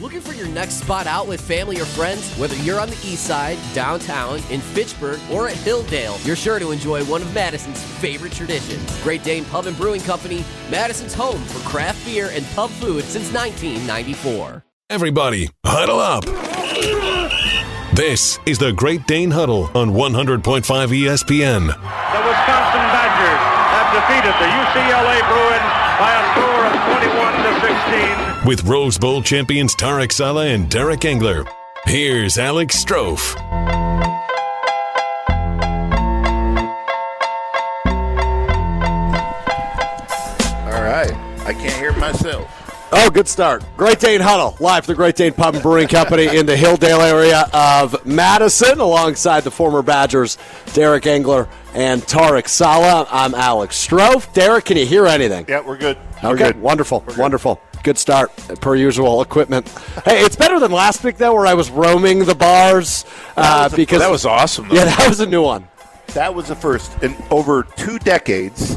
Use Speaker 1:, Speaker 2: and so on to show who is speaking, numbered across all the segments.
Speaker 1: Looking for your next spot out with family or friends? Whether you're on the east side, downtown, in Fitchburg, or at Hilldale, you're sure to enjoy one of Madison's favorite traditions. Great Dane Pub and Brewing Company, Madison's home for craft beer and pub food since 1994.
Speaker 2: Everybody, huddle up. This is the Great Dane Huddle on 100.5 E ESPN.
Speaker 3: The Wisconsin Badgers have defeated the UCLA Bruins by a score of 21 to 16.
Speaker 2: With Rose Bowl champions Tarek Sala and Derek Engler. Here's Alex Strofe.
Speaker 4: All right. I can't hear myself.
Speaker 5: Oh, good start. Great Dane Huddle, live from the Great Dane Pub and Brewing Company in the Hilldale area of Madison, alongside the former Badgers, Derek Engler and Tarek Sala. I'm Alex Strofe. Derek, can you hear anything?
Speaker 4: Yeah, we're good.
Speaker 5: okay, wonderful, wonderful. Good start, per usual equipment. Hey, it's better than last week, though, where I was roaming the bars uh, because.
Speaker 4: that was awesome. Though.
Speaker 5: Yeah, that was a new one.
Speaker 4: that was the first in over two decades.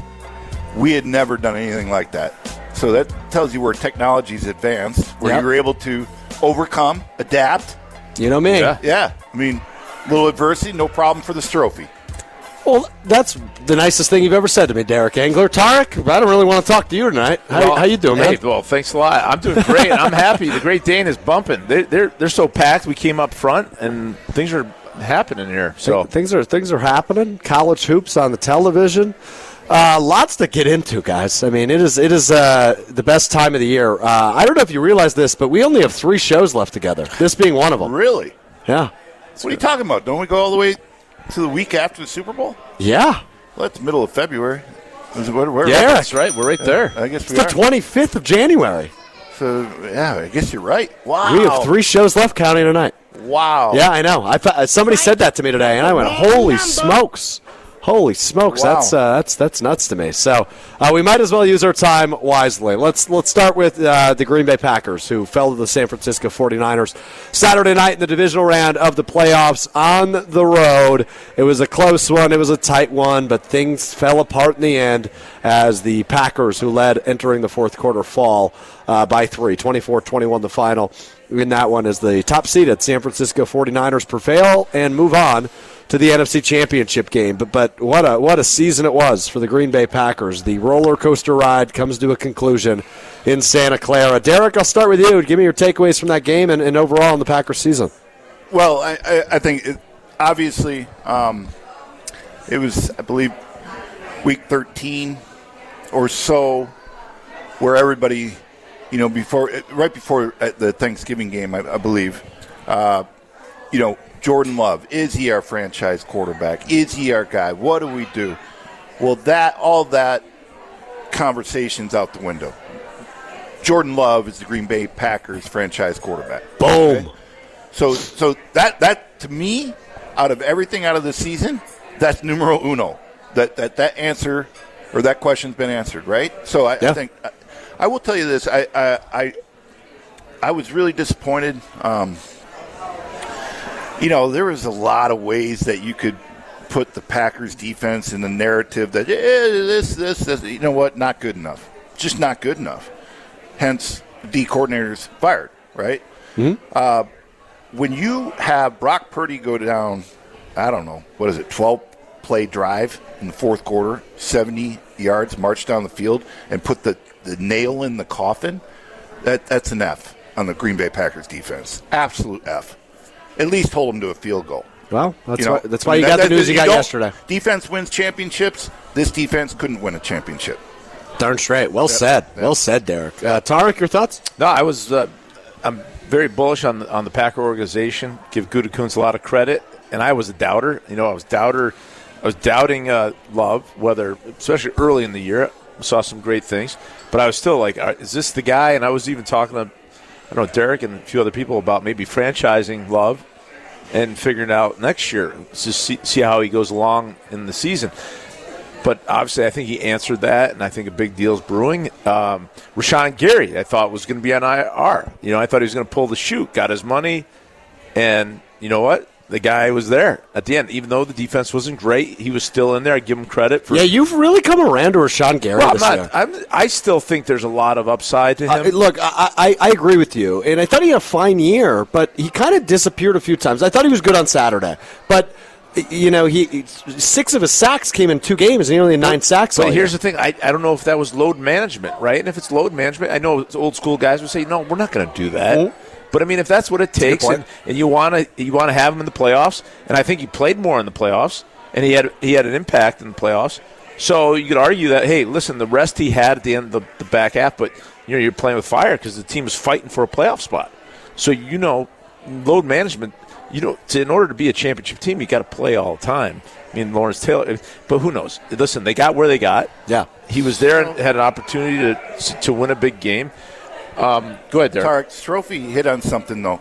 Speaker 4: We had never done anything like that. So that tells you where technology's advanced, where
Speaker 5: Yep.
Speaker 4: you were able to overcome, adapt.
Speaker 5: You know me.
Speaker 4: Yeah, I mean, little adversity, no problem for this trophy.
Speaker 5: Well, that's the nicest thing you've ever said to me, Derek Engler. Tarek, I don't really want to talk to you tonight. How, how you doing,
Speaker 6: hey,
Speaker 5: man?
Speaker 6: Well, thanks a lot. I'm doing great. I'm happy. The Great Dane is bumping. They, they're they're so packed. We came up front, and things are happening here. So
Speaker 5: things are things are happening. College hoops on the television. Uh, lots to get into, guys. I mean, it is it is uh, the best time of the year. Uh, I don't know if you realize this, but we only have three shows left together. This being one of them.
Speaker 4: Really?
Speaker 5: Yeah,
Speaker 4: what are you talking about? Don't we go all the way to the week after the Super Bowl?
Speaker 5: yeah.
Speaker 4: Well, that's middle of February. Is it- where- where-
Speaker 5: Yeah.
Speaker 6: that's right. We're right there.
Speaker 4: I guess
Speaker 5: It's
Speaker 4: we
Speaker 5: the
Speaker 4: are.
Speaker 5: twenty fifth of January.
Speaker 4: so yeah, I guess you're right. Wow.
Speaker 5: We have three shows left, counting tonight.
Speaker 6: Oh.
Speaker 4: Wow.
Speaker 5: Yeah, I know. I fa- uh, somebody said that to me today, and I went, "Holy smokes, holy smokes!"
Speaker 4: Wow.
Speaker 5: That's uh, that's that's nuts to me. So uh, we might as well use our time wisely. Let's let's start with uh, the Green Bay Packers, who fell to the San Francisco 49ers Saturday night in the divisional round of the playoffs on the road. It was a close one. It was a tight one, but things fell apart in the end as the Packers, who led entering the fourth quarter, fall uh, by three, 24-21 the final in that one is the top seeded San Francisco 49ers prevail and move on to the NFC Championship game. But but what a what a season it was for the Green Bay Packers. The roller coaster ride comes to a conclusion in Santa Clara. Derek, I'll start with you. Give me your takeaways from that game and, and overall in the Packers season.
Speaker 4: Well, I, I, I think it, obviously um, it was, I believe, week 13 or so, where everybody, you know, before right before uh, the Thanksgiving game, I, I believe, uh, you know, Jordan Love is he our franchise quarterback? Is he our guy? What do we do? Well, that all that conversations out the window. Jordan Love is the Green Bay Packers franchise quarterback.
Speaker 5: Boom.
Speaker 4: So so that that to me, out of everything out of the season, that's numero uno. That that that answer or that question's been answered, right? So I,
Speaker 5: Yeah.
Speaker 4: I think I, I will tell you this. I I I, I was really disappointed. Um, you know, there was a lot of ways that you could put the Packers defense in the narrative that eh, this this this. You know what? Not good enough. Just not good enough. Hence, D coordinators fired. Right when you have Brock Purdy go down, I don't know, what is it, 12 play drive in the fourth quarter, 70 yards, march down the field, and put the, the nail in the coffin, that, that's an F on the Green Bay Packers defense. Absolute F. At least hold them to a field goal.
Speaker 5: Well, that's
Speaker 4: You know,
Speaker 5: why that's why you
Speaker 4: that-
Speaker 5: got
Speaker 4: that-
Speaker 5: the news you, got
Speaker 4: don't-
Speaker 5: yesterday.
Speaker 4: Defense wins championships. This defense couldn't win a championship.
Speaker 5: Darn straight. Well said. Well said, Derek. Uh, Tarek, your thoughts?
Speaker 6: No, I was. Uh, I'm very bullish on the, on the Packer organization. Give Gutekunst a lot of credit, and I was a doubter. You know, I was doubter. I was doubting uh, Love, whether especially early in the year. Saw some great things, but I was still like, "Are- "Is this the guy?" And I was even talking to, I don't know, Derek and a few other people about maybe franchising Love and figuring out next year to see, see how he goes along in the season. But obviously, I think he answered that, and I think a big deal is brewing. Um, Rashawn Gary, I thought was going to be on IR. You know, I thought he was going to pull the shoot, got his money, and you know what? the guy was there at the end. Even though the defense wasn't great, he was still in there. I give him credit for.
Speaker 5: Yeah, you've really come around to Rashawn Gary
Speaker 6: Well, I'm
Speaker 5: this year.
Speaker 6: not, I'm, I still think there's a lot of upside to
Speaker 5: Uh,
Speaker 6: him.
Speaker 5: look, I, I, I agree with you, and I thought he had a fine year, but he kind of disappeared a few times. I thought he was good on Saturday, but you know, he he- six of his sacks came in two games, and he only had nine sacks. all
Speaker 6: But here's
Speaker 5: year.
Speaker 6: the thing: I, I don't know if that was load management, right? And if it's load management, I know old school guys would say, "No, we're not going to do that." But I mean, if that's what it takes,
Speaker 5: point.
Speaker 6: and, and you want to you want to have him in the playoffs, and I think he played more in the playoffs, and he had he had an impact in the playoffs. So you could argue that, hey, listen, the rest he had at the end of the, the back half, but you know you're playing with fire because the team is fighting for a playoff spot. So you know, load management. You know, to, in order to be a championship team, you got to play all the time. I mean, Lawrence Taylor, but who knows? Listen, they got where they got.
Speaker 5: Yeah.
Speaker 6: he was there and had an opportunity to to win a big game. Um, go ahead,
Speaker 4: Tarek,
Speaker 6: Derek.
Speaker 4: Strophy hit on something though,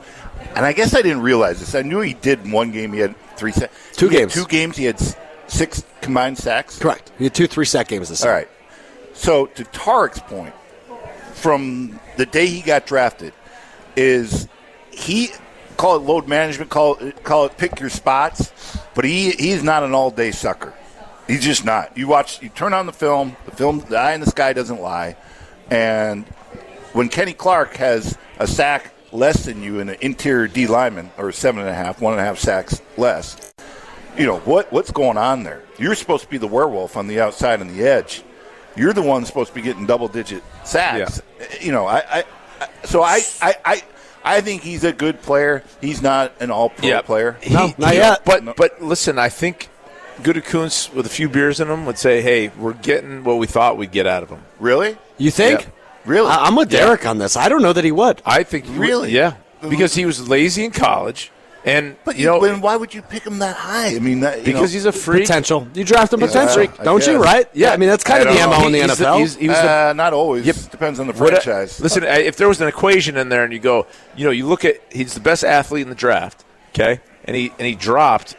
Speaker 4: and I guess I didn't realize this. I knew he did in one game. He had three sacks.
Speaker 5: Two
Speaker 4: He had
Speaker 5: games.
Speaker 4: Two games. He had s- six combined sacks.
Speaker 5: correct. He had two three sack games this
Speaker 4: All
Speaker 5: year.
Speaker 4: right. So to Tarek's point, from the day he got drafted, is he call it load management, call it, call it pick your spots, but he he's not an all day sucker. He's just not. You watch, you turn on the film. The film, the eye in the sky doesn't lie, and when Kenny Clark has a sack less than you and an interior D lineman or seven and a half, one and a half sacks less, you know what what's going on there you're supposed to be the werewolf on the outside and the edge you're the one supposed to be getting double digit sacks you know I, I, I so I, I i i think he's a good player he's not an all pro player
Speaker 6: He-
Speaker 5: No, not
Speaker 6: he-
Speaker 5: yet.
Speaker 6: But
Speaker 4: No.
Speaker 6: but listen, I think Gutekunst with a few beers in him would say, "Hey, we're getting what we thought we'd get out of him."
Speaker 4: really
Speaker 5: You think?
Speaker 6: Yeah.
Speaker 4: Really?
Speaker 5: I, am with Derek on this. I don't know that he would.
Speaker 6: I think he would-
Speaker 4: Really?
Speaker 6: yeah, because he was lazy in college, and
Speaker 4: but you
Speaker 6: you know
Speaker 4: then why would you pick him that high i mean that, you
Speaker 6: because
Speaker 4: know,
Speaker 6: he's a freak.
Speaker 5: Potential. You draft him
Speaker 4: He's a
Speaker 5: potential,
Speaker 4: freak, I
Speaker 5: don't you?
Speaker 4: guess.
Speaker 5: Right? Yeah. I mean, that's kind
Speaker 4: I
Speaker 5: of the
Speaker 4: don't
Speaker 5: mo
Speaker 4: know.
Speaker 5: in the
Speaker 6: He's the-
Speaker 5: NFL.
Speaker 6: he's- he was the-
Speaker 4: uh, not always
Speaker 6: Yep.
Speaker 4: depends on the
Speaker 6: What a-
Speaker 4: franchise
Speaker 6: listen, I- if there was an equation in there, and you go, you know, you look at he's the best athlete in the draft, okay, and he and he dropped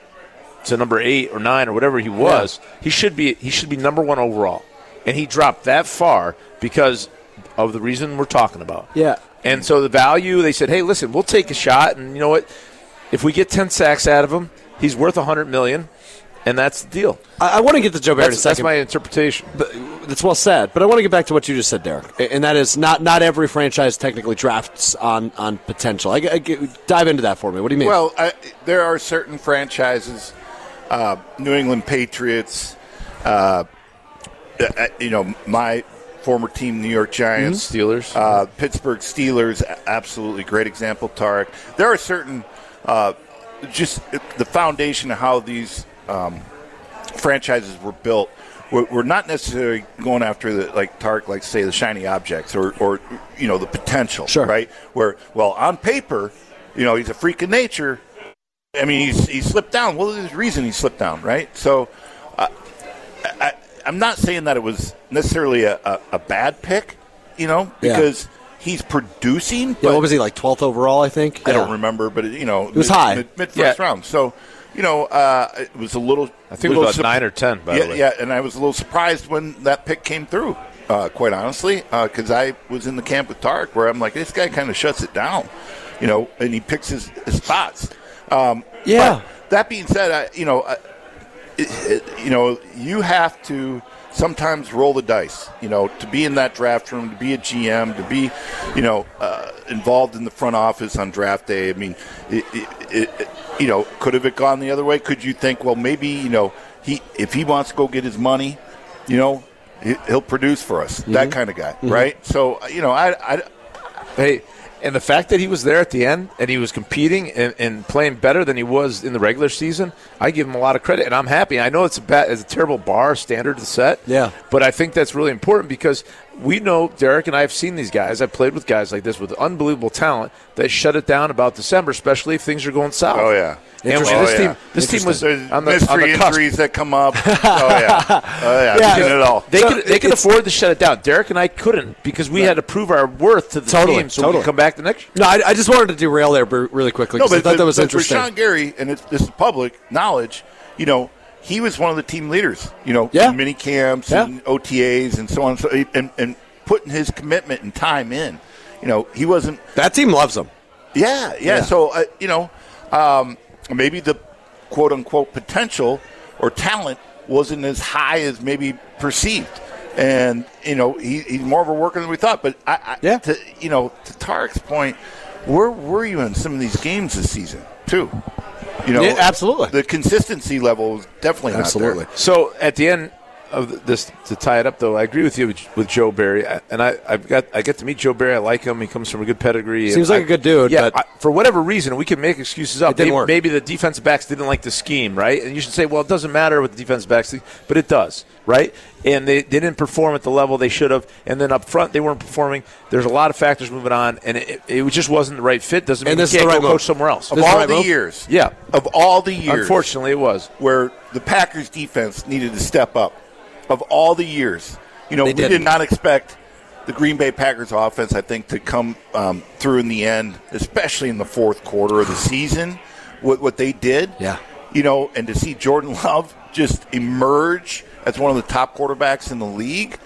Speaker 6: to number eight or nine or whatever he was. He should be he should be number one overall, and he dropped that far because of the reason we're talking about.
Speaker 5: Yeah.
Speaker 6: and so the value they said, hey, listen, we'll take a shot, and you know what? If we get ten sacks out of him, he's worth a hundred million, and that's the deal.
Speaker 5: I, I want to get to Joe Barry in a
Speaker 6: That's, that's
Speaker 5: second.
Speaker 6: my interpretation.
Speaker 5: But that's well said. But I want to get back to what you just said, Derek, and that is not not every franchise technically drafts on on potential. I, I- dive into that for me. What do you mean?
Speaker 4: Well, I, there are certain franchises, uh, New England Patriots, uh, uh, you know, my former team, New York Giants,
Speaker 6: Steelers.
Speaker 4: uh, Pittsburgh Steelers, a- absolutely great example, Tarek. There are certain, uh, just the foundation of how these um, franchises were built. We're, we're not necessarily going after the like Tark, like say the shiny objects or, or you know the potential,
Speaker 5: Sure.
Speaker 4: right? Where well on paper, you know he's a freak of nature. I mean he's he slipped down. Well, there's a reason he slipped down, right? So I'm not saying that it was necessarily a, a, a bad pick, you know,
Speaker 5: Yeah.
Speaker 4: because he's producing. But
Speaker 5: yeah, what was he like? Twelfth overall, I think.
Speaker 4: I don't
Speaker 5: Yeah.
Speaker 4: remember, but it, you know, it
Speaker 5: was high.
Speaker 4: mid, mid first
Speaker 6: Yeah.
Speaker 4: round. So, you know, uh, it was a little.
Speaker 6: I think it was about nine or 10, by the
Speaker 4: yeah,
Speaker 6: way.
Speaker 4: yeah, and I was a little surprised when that pick came through. Uh, quite honestly, because I was in the camp with Tarek, where I'm like, this guy kind of shuts it down, you know, and he picks his, his spots. Um,
Speaker 5: Yeah.
Speaker 4: but that being said, I, you know, I, it, it- you know, you have to sometimes roll the dice. You know, to be in that draft room, to be a GM, to be, you know, uh, involved in the front office on draft day. I mean, it, it, it, it- you know, could have it gone the other way? Could you think, well, maybe you know, he if he wants to go get his money, you know, he- he'll produce for us.
Speaker 6: Mm-hmm.
Speaker 4: That kind of guy, right? So, you know, I, I
Speaker 6: Hey, and the fact that he was there at the end and he was competing and, and playing better than he was in the regular season, I give him a lot of credit, and I'm happy. I know it's a bad, it's a terrible bar standard to set,
Speaker 5: Yeah.
Speaker 6: but I think that's really important because we know Derek and I have seen these guys. I played with guys like this with unbelievable talent that shut it down about December, especially if things are going south.
Speaker 4: Oh, yeah.
Speaker 6: and this
Speaker 5: Interesting. Oh,
Speaker 6: team,
Speaker 4: yeah.
Speaker 6: this team was
Speaker 4: there's
Speaker 6: on the, on
Speaker 4: mystery
Speaker 6: the cusp.
Speaker 4: injuries that come up. oh yeah, oh yeah,
Speaker 5: Yeah.
Speaker 4: I've seen it all.
Speaker 6: They
Speaker 5: So
Speaker 6: could they could
Speaker 5: it's-
Speaker 6: afford to shut it down. Derek and I couldn't because we had to prove our worth to the
Speaker 5: Totally,
Speaker 6: team, so we
Speaker 5: totally.
Speaker 6: could come back the next. year.
Speaker 5: No, I, I just wanted to derail there br- really quickly because I thought that was
Speaker 4: but
Speaker 5: interesting.
Speaker 4: Rashawn Gary, and it's, this is public knowledge. You know, he was one of the team leaders. You know,
Speaker 5: Yeah.
Speaker 4: in mini camps
Speaker 5: Yeah.
Speaker 4: and OTAs and so on. So and and putting his commitment and time in. You know, he wasn't.
Speaker 5: that team loves him.
Speaker 4: Yeah, yeah.
Speaker 5: Yeah.
Speaker 4: So uh, you know, um, maybe the quote unquote potential or talent wasn't as high as maybe perceived. And, you know, he, he's more of a worker than we thought. But, I, I,
Speaker 5: Yeah.
Speaker 4: to, you know, to Tarek's point, where were you in some of these games this season, too? You know,
Speaker 5: Yeah, absolutely.
Speaker 4: The consistency level is definitely not there.
Speaker 5: Absolutely.
Speaker 6: So at the end of this, to tie it up though, I agree with you with, with Joe Barry, I- and I, I've got I get to meet Joe Barry. I like him. He comes from a good pedigree.
Speaker 5: Seems like
Speaker 6: And I-
Speaker 5: a good dude,
Speaker 6: Yeah,
Speaker 5: but-
Speaker 6: I- for whatever reason, we can make excuses up.
Speaker 5: It didn't
Speaker 6: maybe,
Speaker 5: work.
Speaker 6: maybe the defensive backs didn't like the scheme, right? And you should say, well, it doesn't matter what the defensive backs, think, but it does, right? And they, they didn't perform at the level they should have, and then up front they weren't performing. There's a lot of factors moving on, and it, it just wasn't the right fit. Doesn't mean
Speaker 5: And this
Speaker 6: you
Speaker 5: is
Speaker 6: can't
Speaker 5: the right
Speaker 6: go
Speaker 5: move.
Speaker 6: coach somewhere else.
Speaker 4: Of
Speaker 5: This is
Speaker 4: all
Speaker 5: the right
Speaker 4: the
Speaker 5: move?
Speaker 4: years.
Speaker 6: Yeah.
Speaker 4: Of all the years.
Speaker 6: Unfortunately, it was.
Speaker 4: where the Packers defense needed to step up. Of all the years, you know,
Speaker 5: They
Speaker 4: we did
Speaker 5: didn't.
Speaker 4: not expect the Green Bay Packers offense, I think, to come um, through in the end, especially in the fourth quarter of the season. What what they did,
Speaker 5: Yeah.
Speaker 4: you know, and to see Jordan Love just emerge as one of the top quarterbacks in the league.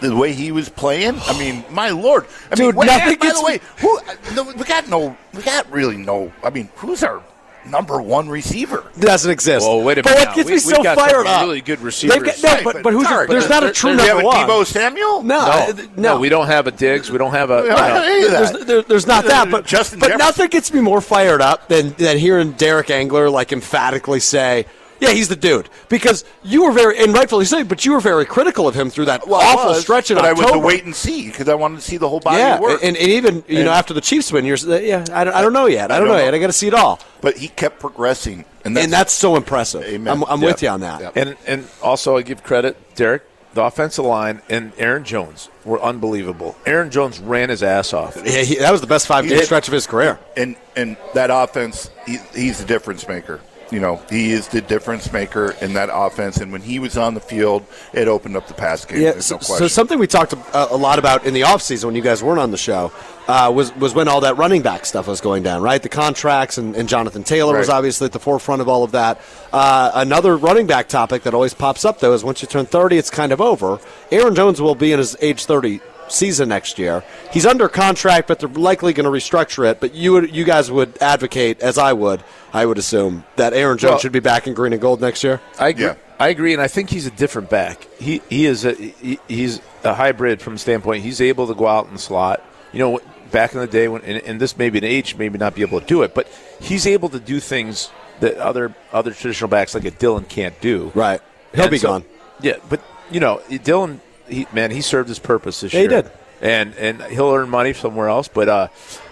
Speaker 4: The way he was playing, I mean, my lord! I mean,
Speaker 5: Dude,
Speaker 4: what,
Speaker 5: nothing
Speaker 4: by
Speaker 5: gets
Speaker 4: the
Speaker 5: me-
Speaker 4: way, who? No, we got no, we got really no. I mean, who's our number one receiver?
Speaker 5: doesn't exist.
Speaker 6: Whoa, wait a
Speaker 5: but
Speaker 6: minute
Speaker 5: What
Speaker 6: now.
Speaker 5: gets me
Speaker 6: We-
Speaker 5: so
Speaker 6: we've got
Speaker 5: fired
Speaker 6: some
Speaker 5: up?
Speaker 6: really good
Speaker 5: They've
Speaker 6: receivers.
Speaker 5: Got, no,
Speaker 4: Right,
Speaker 5: but,
Speaker 4: but
Speaker 5: but who's
Speaker 4: Tarek,
Speaker 5: there's
Speaker 4: but
Speaker 5: not a
Speaker 4: there- there-
Speaker 5: true number
Speaker 4: yeah, with
Speaker 5: one.
Speaker 4: Debo Samuel?
Speaker 5: No, uh, no,
Speaker 6: we don't have a Diggs. We don't have a.
Speaker 4: I
Speaker 6: no.
Speaker 4: don't either.
Speaker 5: There's, there, there's not that, but
Speaker 4: Justin
Speaker 5: but
Speaker 4: Jefferson.
Speaker 5: nothing gets me more fired up than than hearing Derek Angler like emphatically say, "Yeah, he's the dude," because you were very and rightfully so, but you were very critical of him through that
Speaker 4: Well, I
Speaker 5: awful
Speaker 4: was,
Speaker 5: stretch in
Speaker 4: but
Speaker 5: October.
Speaker 4: I went to wait and see because I wanted to see the whole body
Speaker 5: yeah,
Speaker 4: of work.
Speaker 5: and, and even you know after the Chiefs win, you're yeah, I don't, I don't know yet. I don't,
Speaker 4: don't
Speaker 5: know, yet.
Speaker 4: know.
Speaker 5: I got to see it all,
Speaker 4: but he kept progressing, and that's,
Speaker 5: and that's so impressive.
Speaker 4: Amen.
Speaker 5: I'm, I'm
Speaker 4: Yeah.
Speaker 5: with you on that.
Speaker 4: Yeah.
Speaker 6: And and also I give credit, Derek, the offensive line and Aaron Jones were unbelievable. Aaron Jones ran his ass off.
Speaker 5: Yeah, he, that was the best five game
Speaker 4: It-
Speaker 5: stretch of his career.
Speaker 4: and and that offense. He, he's the difference maker. You know, he is the difference maker in that offense. And when he was on the field, it opened up the pass game.
Speaker 5: Yeah,
Speaker 4: There's
Speaker 5: so,
Speaker 4: no
Speaker 5: so
Speaker 4: question.
Speaker 5: something we talked uh, a, a lot about in the offseason when you guys weren't on the show uh, was was when all that running back stuff was going down, right? The contracts and, and Jonathan Taylor was
Speaker 4: Right.
Speaker 5: obviously at the forefront of all of that. Uh, another running back topic that always pops up though is once you turn thirty, it's kind of over. Aaron Jones will be in his age thirty season next year. He's under contract, but they're likely going to restructure it. But you would, you guys would advocate, as I would, I would assume that Aaron Jones
Speaker 6: Well-
Speaker 5: should be back in green and gold next year.
Speaker 6: I agree.
Speaker 4: Yeah.
Speaker 6: I agree, and I think he's a different back. He he is a he, he's a hybrid from the standpoint. He's able to go out in the slot. You know, back in the day when and, and this may be an age, maybe not be able to do it, but he's able to do things that other other traditional backs like a Dylan can't do.
Speaker 5: Right, he'll
Speaker 6: And
Speaker 5: be
Speaker 6: so-
Speaker 5: gone.
Speaker 6: Yeah, but you know, Dylan, he, man, he served his purpose this
Speaker 5: Yeah, he
Speaker 6: year.
Speaker 5: did.
Speaker 6: and and he'll earn money somewhere else. But uh,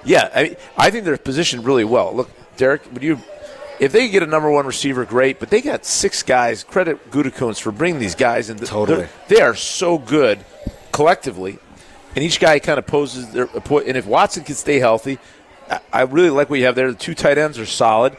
Speaker 6: yeah, I I think they're positioned really well. Look, Derek, would you? If they get a number one receiver, great. But they got six guys. Credit Gudikunz for bringing these guys in.
Speaker 5: Totally.
Speaker 6: they are so good collectively, and each guy kind of poses their. And if Watson can stay healthy, I, I really like what you have there. The two tight ends are solid.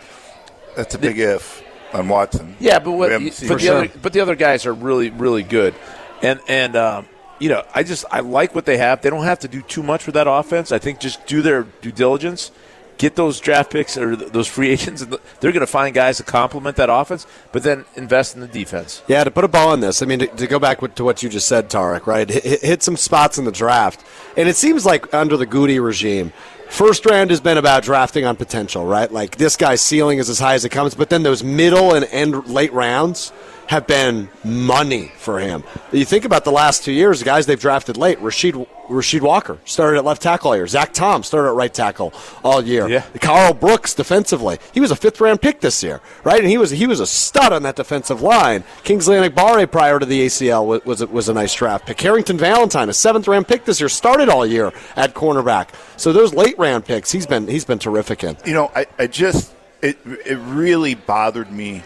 Speaker 4: that's a big if on Watson.
Speaker 6: Yeah, but what?
Speaker 4: We
Speaker 6: But
Speaker 4: haven't
Speaker 6: the,
Speaker 4: seen it.
Speaker 6: other, but the other guys are really, really good, and and um, you know, I just I like what they have. They don't have to do too much with that offense. I think just do their due diligence, get those draft picks or th- those free agents, and th- they're going to find guys to complement that offense. But then invest in the defense.
Speaker 5: Yeah, to put a bow on this, I mean, to, to go back with, to what you just said, Tarek, right? Hit, hit- hit some spots in the draft. And it seems like under the Goody regime, first round has been about drafting on potential, right? Like this guy's ceiling is as high as it comes, but then those middle and end late rounds have been money for him. You think about the last two years, the guys they've drafted late, Rashid Rashid Walker started at left tackle all year. Zach Tom started at right tackle all year.
Speaker 6: Yeah.
Speaker 5: Carl Brooks defensively. He was a fifth round pick this year, right? And he was he was a stud on that defensive line. Kingsley Anakbare prior to the ACL was was, a- was a nice draft pick. Harrington Valentine, a seventh round pick this year, started all year at cornerback. So those late round picks, he's been he's been terrific in.
Speaker 4: you know, I, I just it it really bothered me.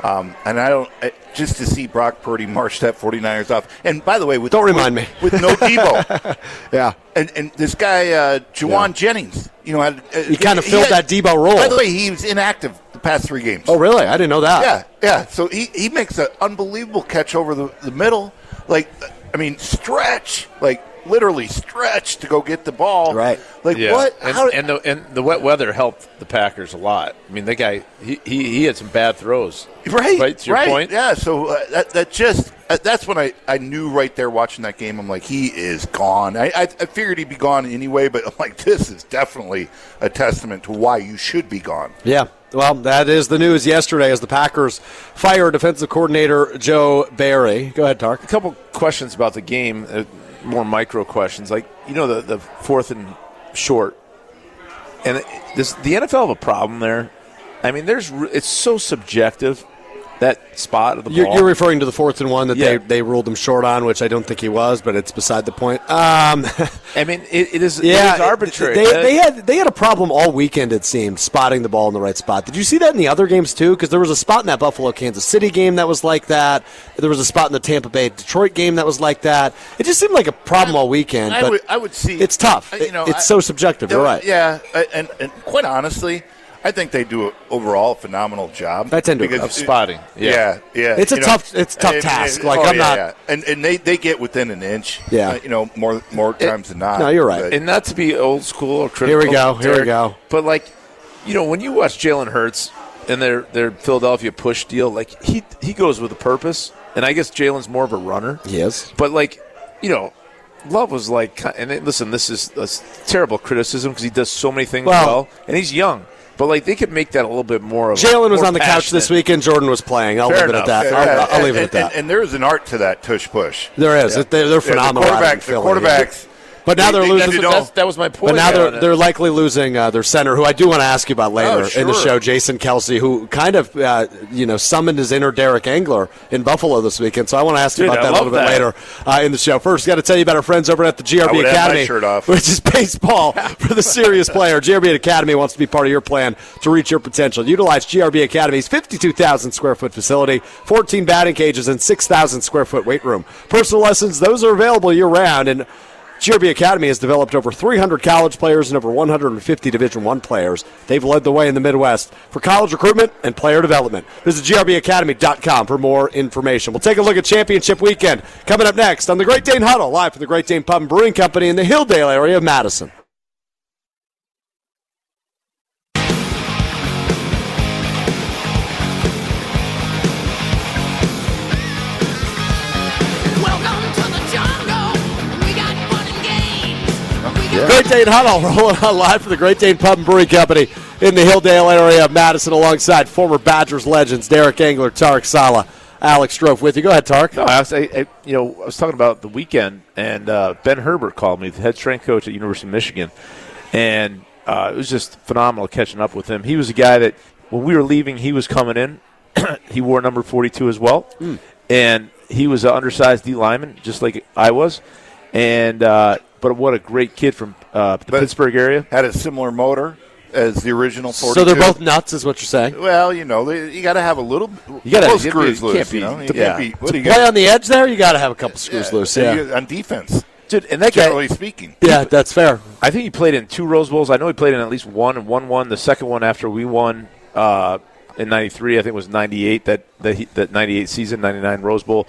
Speaker 4: Um, and I don't I, just to see Brock Purdy march that 49ers off. And by the way, with
Speaker 5: Don't remind me.
Speaker 4: with, with no Debo,
Speaker 5: Yeah.
Speaker 4: and and this guy uh, Juwan
Speaker 5: Yeah.
Speaker 4: Jennings, you know, had, uh,
Speaker 5: He kinda filled
Speaker 4: had-
Speaker 5: that Debo role.
Speaker 4: By the way, he was inactive the past three games.
Speaker 5: Oh really? I didn't know that.
Speaker 4: Yeah, yeah. So he, he makes an unbelievable catch over the, the middle. Like, I mean, stretch. Like, literally stretched to go get the ball.
Speaker 5: Right.
Speaker 4: Like
Speaker 6: Yeah.
Speaker 4: what?
Speaker 6: And,
Speaker 4: How-
Speaker 6: and the and the wet weather helped the Packers a lot. I mean, the guy he, he, he had some bad throws.
Speaker 4: Right,
Speaker 6: Right. To your
Speaker 4: right,
Speaker 6: point.
Speaker 4: Yeah, so uh, that, that just uh, that's when I, I knew right there watching that game. I'm like, he is gone. I, I, I figured he'd be gone anyway, but I'm like, this is definitely a testament to why you should be gone.
Speaker 5: Yeah. Well, that is the news yesterday as the Packers fire defensive coordinator Joe Barry. Go ahead, Tark.
Speaker 6: A couple questions about the game, uh, more micro questions. Like you know the the fourth and short, and it- this the NFL have a problem there. I mean, there's re- it's so subjective that spot of the
Speaker 5: You're,
Speaker 6: ball.
Speaker 5: you're referring to the fourth and one that they,
Speaker 6: Yeah.
Speaker 5: they ruled him short on, which I don't think he was, but it's beside the point. Um,
Speaker 6: I mean, it, it is it
Speaker 5: yeah,
Speaker 6: is arbitrary.
Speaker 5: They,
Speaker 6: Uh,
Speaker 5: they had they had a problem all weekend. It seemed spotting the ball in the right spot. Did you see that in the other games too? Because there was a spot in that Buffalo Kansas City game that was like that. There was a spot in the Tampa Bay Detroit game that was like that. It just seemed like a problem all weekend.
Speaker 4: I
Speaker 5: but
Speaker 4: would, I would see.
Speaker 5: it's tough.
Speaker 4: I-
Speaker 5: It- it's so subjective. You're right.
Speaker 4: Yeah, I- and, and quite honestly, I think they do a, overall a phenomenal job.
Speaker 5: I tend to
Speaker 4: Because
Speaker 5: agree.
Speaker 6: Of spotting, yeah.
Speaker 4: yeah, yeah.
Speaker 5: It's a
Speaker 4: you know,
Speaker 5: tough- it's a tough
Speaker 4: and-
Speaker 5: task.
Speaker 4: and-
Speaker 5: Like,
Speaker 4: oh,
Speaker 5: I'm
Speaker 4: yeah,
Speaker 5: not-
Speaker 4: yeah. and and they, they get within an inch.
Speaker 5: Yeah.
Speaker 4: uh, you know more more times than not.
Speaker 5: No, you're right.
Speaker 4: But-
Speaker 6: Uh, and not to be old school or
Speaker 5: Here
Speaker 6: critical.
Speaker 5: we go, here we
Speaker 6: Derek,
Speaker 5: go.
Speaker 6: But like, you know, when you watch Jalen Hurts and their their Philadelphia push deal, like he he goes with a purpose, and I guess Jalen's more of a runner.
Speaker 5: He is.
Speaker 6: But like, you know, Love was like, ki- and then- listen, this is a s- terrible criticism because he does so many things
Speaker 5: Well-
Speaker 6: well, and he's young. But like, they could make that a little bit more of. a-
Speaker 5: Jalen was
Speaker 6: more
Speaker 5: on the couch this
Speaker 6: passionate.
Speaker 5: weekend. Jordan was playing. I'll
Speaker 6: Fair
Speaker 5: leave it at
Speaker 6: enough.
Speaker 5: that.
Speaker 4: Yeah,
Speaker 5: I'll,
Speaker 4: yeah,
Speaker 5: I'll leave it
Speaker 4: and,
Speaker 5: at that.
Speaker 4: And, and there is an art to that tush push.
Speaker 5: there is. It- They're, they're phenomenal.
Speaker 4: The
Speaker 5: out in
Speaker 4: quarterbacks, the
Speaker 5: Philly.
Speaker 4: quarterbacks.
Speaker 5: But now they're
Speaker 4: they- they
Speaker 5: losing-
Speaker 4: don't-
Speaker 6: That's, that was my point.
Speaker 5: But now
Speaker 6: on
Speaker 5: they're
Speaker 6: it.
Speaker 5: they're likely losing uh, their center, who I do want to ask you about later
Speaker 4: Oh, sure.
Speaker 5: in the show, Jason Kelsey, who kind of uh, you know summoned his inner Derek Engler in Buffalo this weekend. So I want to ask you
Speaker 6: Dude,
Speaker 5: about
Speaker 6: I
Speaker 5: that a little bit
Speaker 6: love that.
Speaker 5: later uh, in the show. First, got to tell you about our friends over at the GRB
Speaker 4: I would have my
Speaker 5: Academy,
Speaker 4: shirt off.
Speaker 5: which is baseball for the serious player. GRB Academy wants to be part of your plan to reach your potential. Utilize GRB Academy's 52,000 square foot facility, 14 batting cages, and 6,000 square foot weight room. Personal lessons; those are available year round and. GRB Academy has developed over 300 college players and over 150 Division One players. They've led the way in the Midwest for college recruitment and player development. Visit grbacademy.com for more information. We'll take a look at Championship Weekend coming up next on the Great Dane Huddle, live from the Great Dane Pub and Brewing Company in the Hilldale area of Madison.
Speaker 7: Welcome to the jungle. We got fun and games. We got
Speaker 5: Great Dane Huddle rolling on live for the Great Dane Pub and Brewing Company in the Hilldale area of Madison, alongside former Badgers legends Derek Engler, Tarek Sala, Alex Strofe with you. Go ahead, Tarek.
Speaker 6: No, I was, I, I, you know, I was talking about the weekend, and uh, Ben Herbert called me, the head strength coach at University of Michigan, and uh, it was just phenomenal catching up with him. He was a guy that when we were leaving, he was coming in. he wore number forty-two as well, and he was an undersized D lineman, just like I was. And uh, but what a great kid from uh, the
Speaker 4: But-
Speaker 6: Pittsburgh area.
Speaker 4: Had a similar motor as the original. 42.
Speaker 5: So they're both nuts, is what you're saying?
Speaker 4: Well, you know, they, you got to have a little.
Speaker 6: You gotta-
Speaker 4: well,
Speaker 6: you-
Speaker 4: screws
Speaker 6: you
Speaker 4: loose.
Speaker 6: can't be-
Speaker 4: you know, you
Speaker 6: to-
Speaker 4: can't be.
Speaker 6: yeah.
Speaker 4: What do you
Speaker 5: play
Speaker 4: got?
Speaker 5: on the edge there, you got to have a couple screws loose. Yeah.
Speaker 4: You- on defense,
Speaker 6: Dude, and that guy,
Speaker 4: generally speaking.
Speaker 5: Yeah, that's fair.
Speaker 6: I think he played in two Rose Bowls. I know he played in at least one and one one. The second one after we won uh, in '93, I think it was '98 that that, he, that '98 season, '99 Rose Bowl.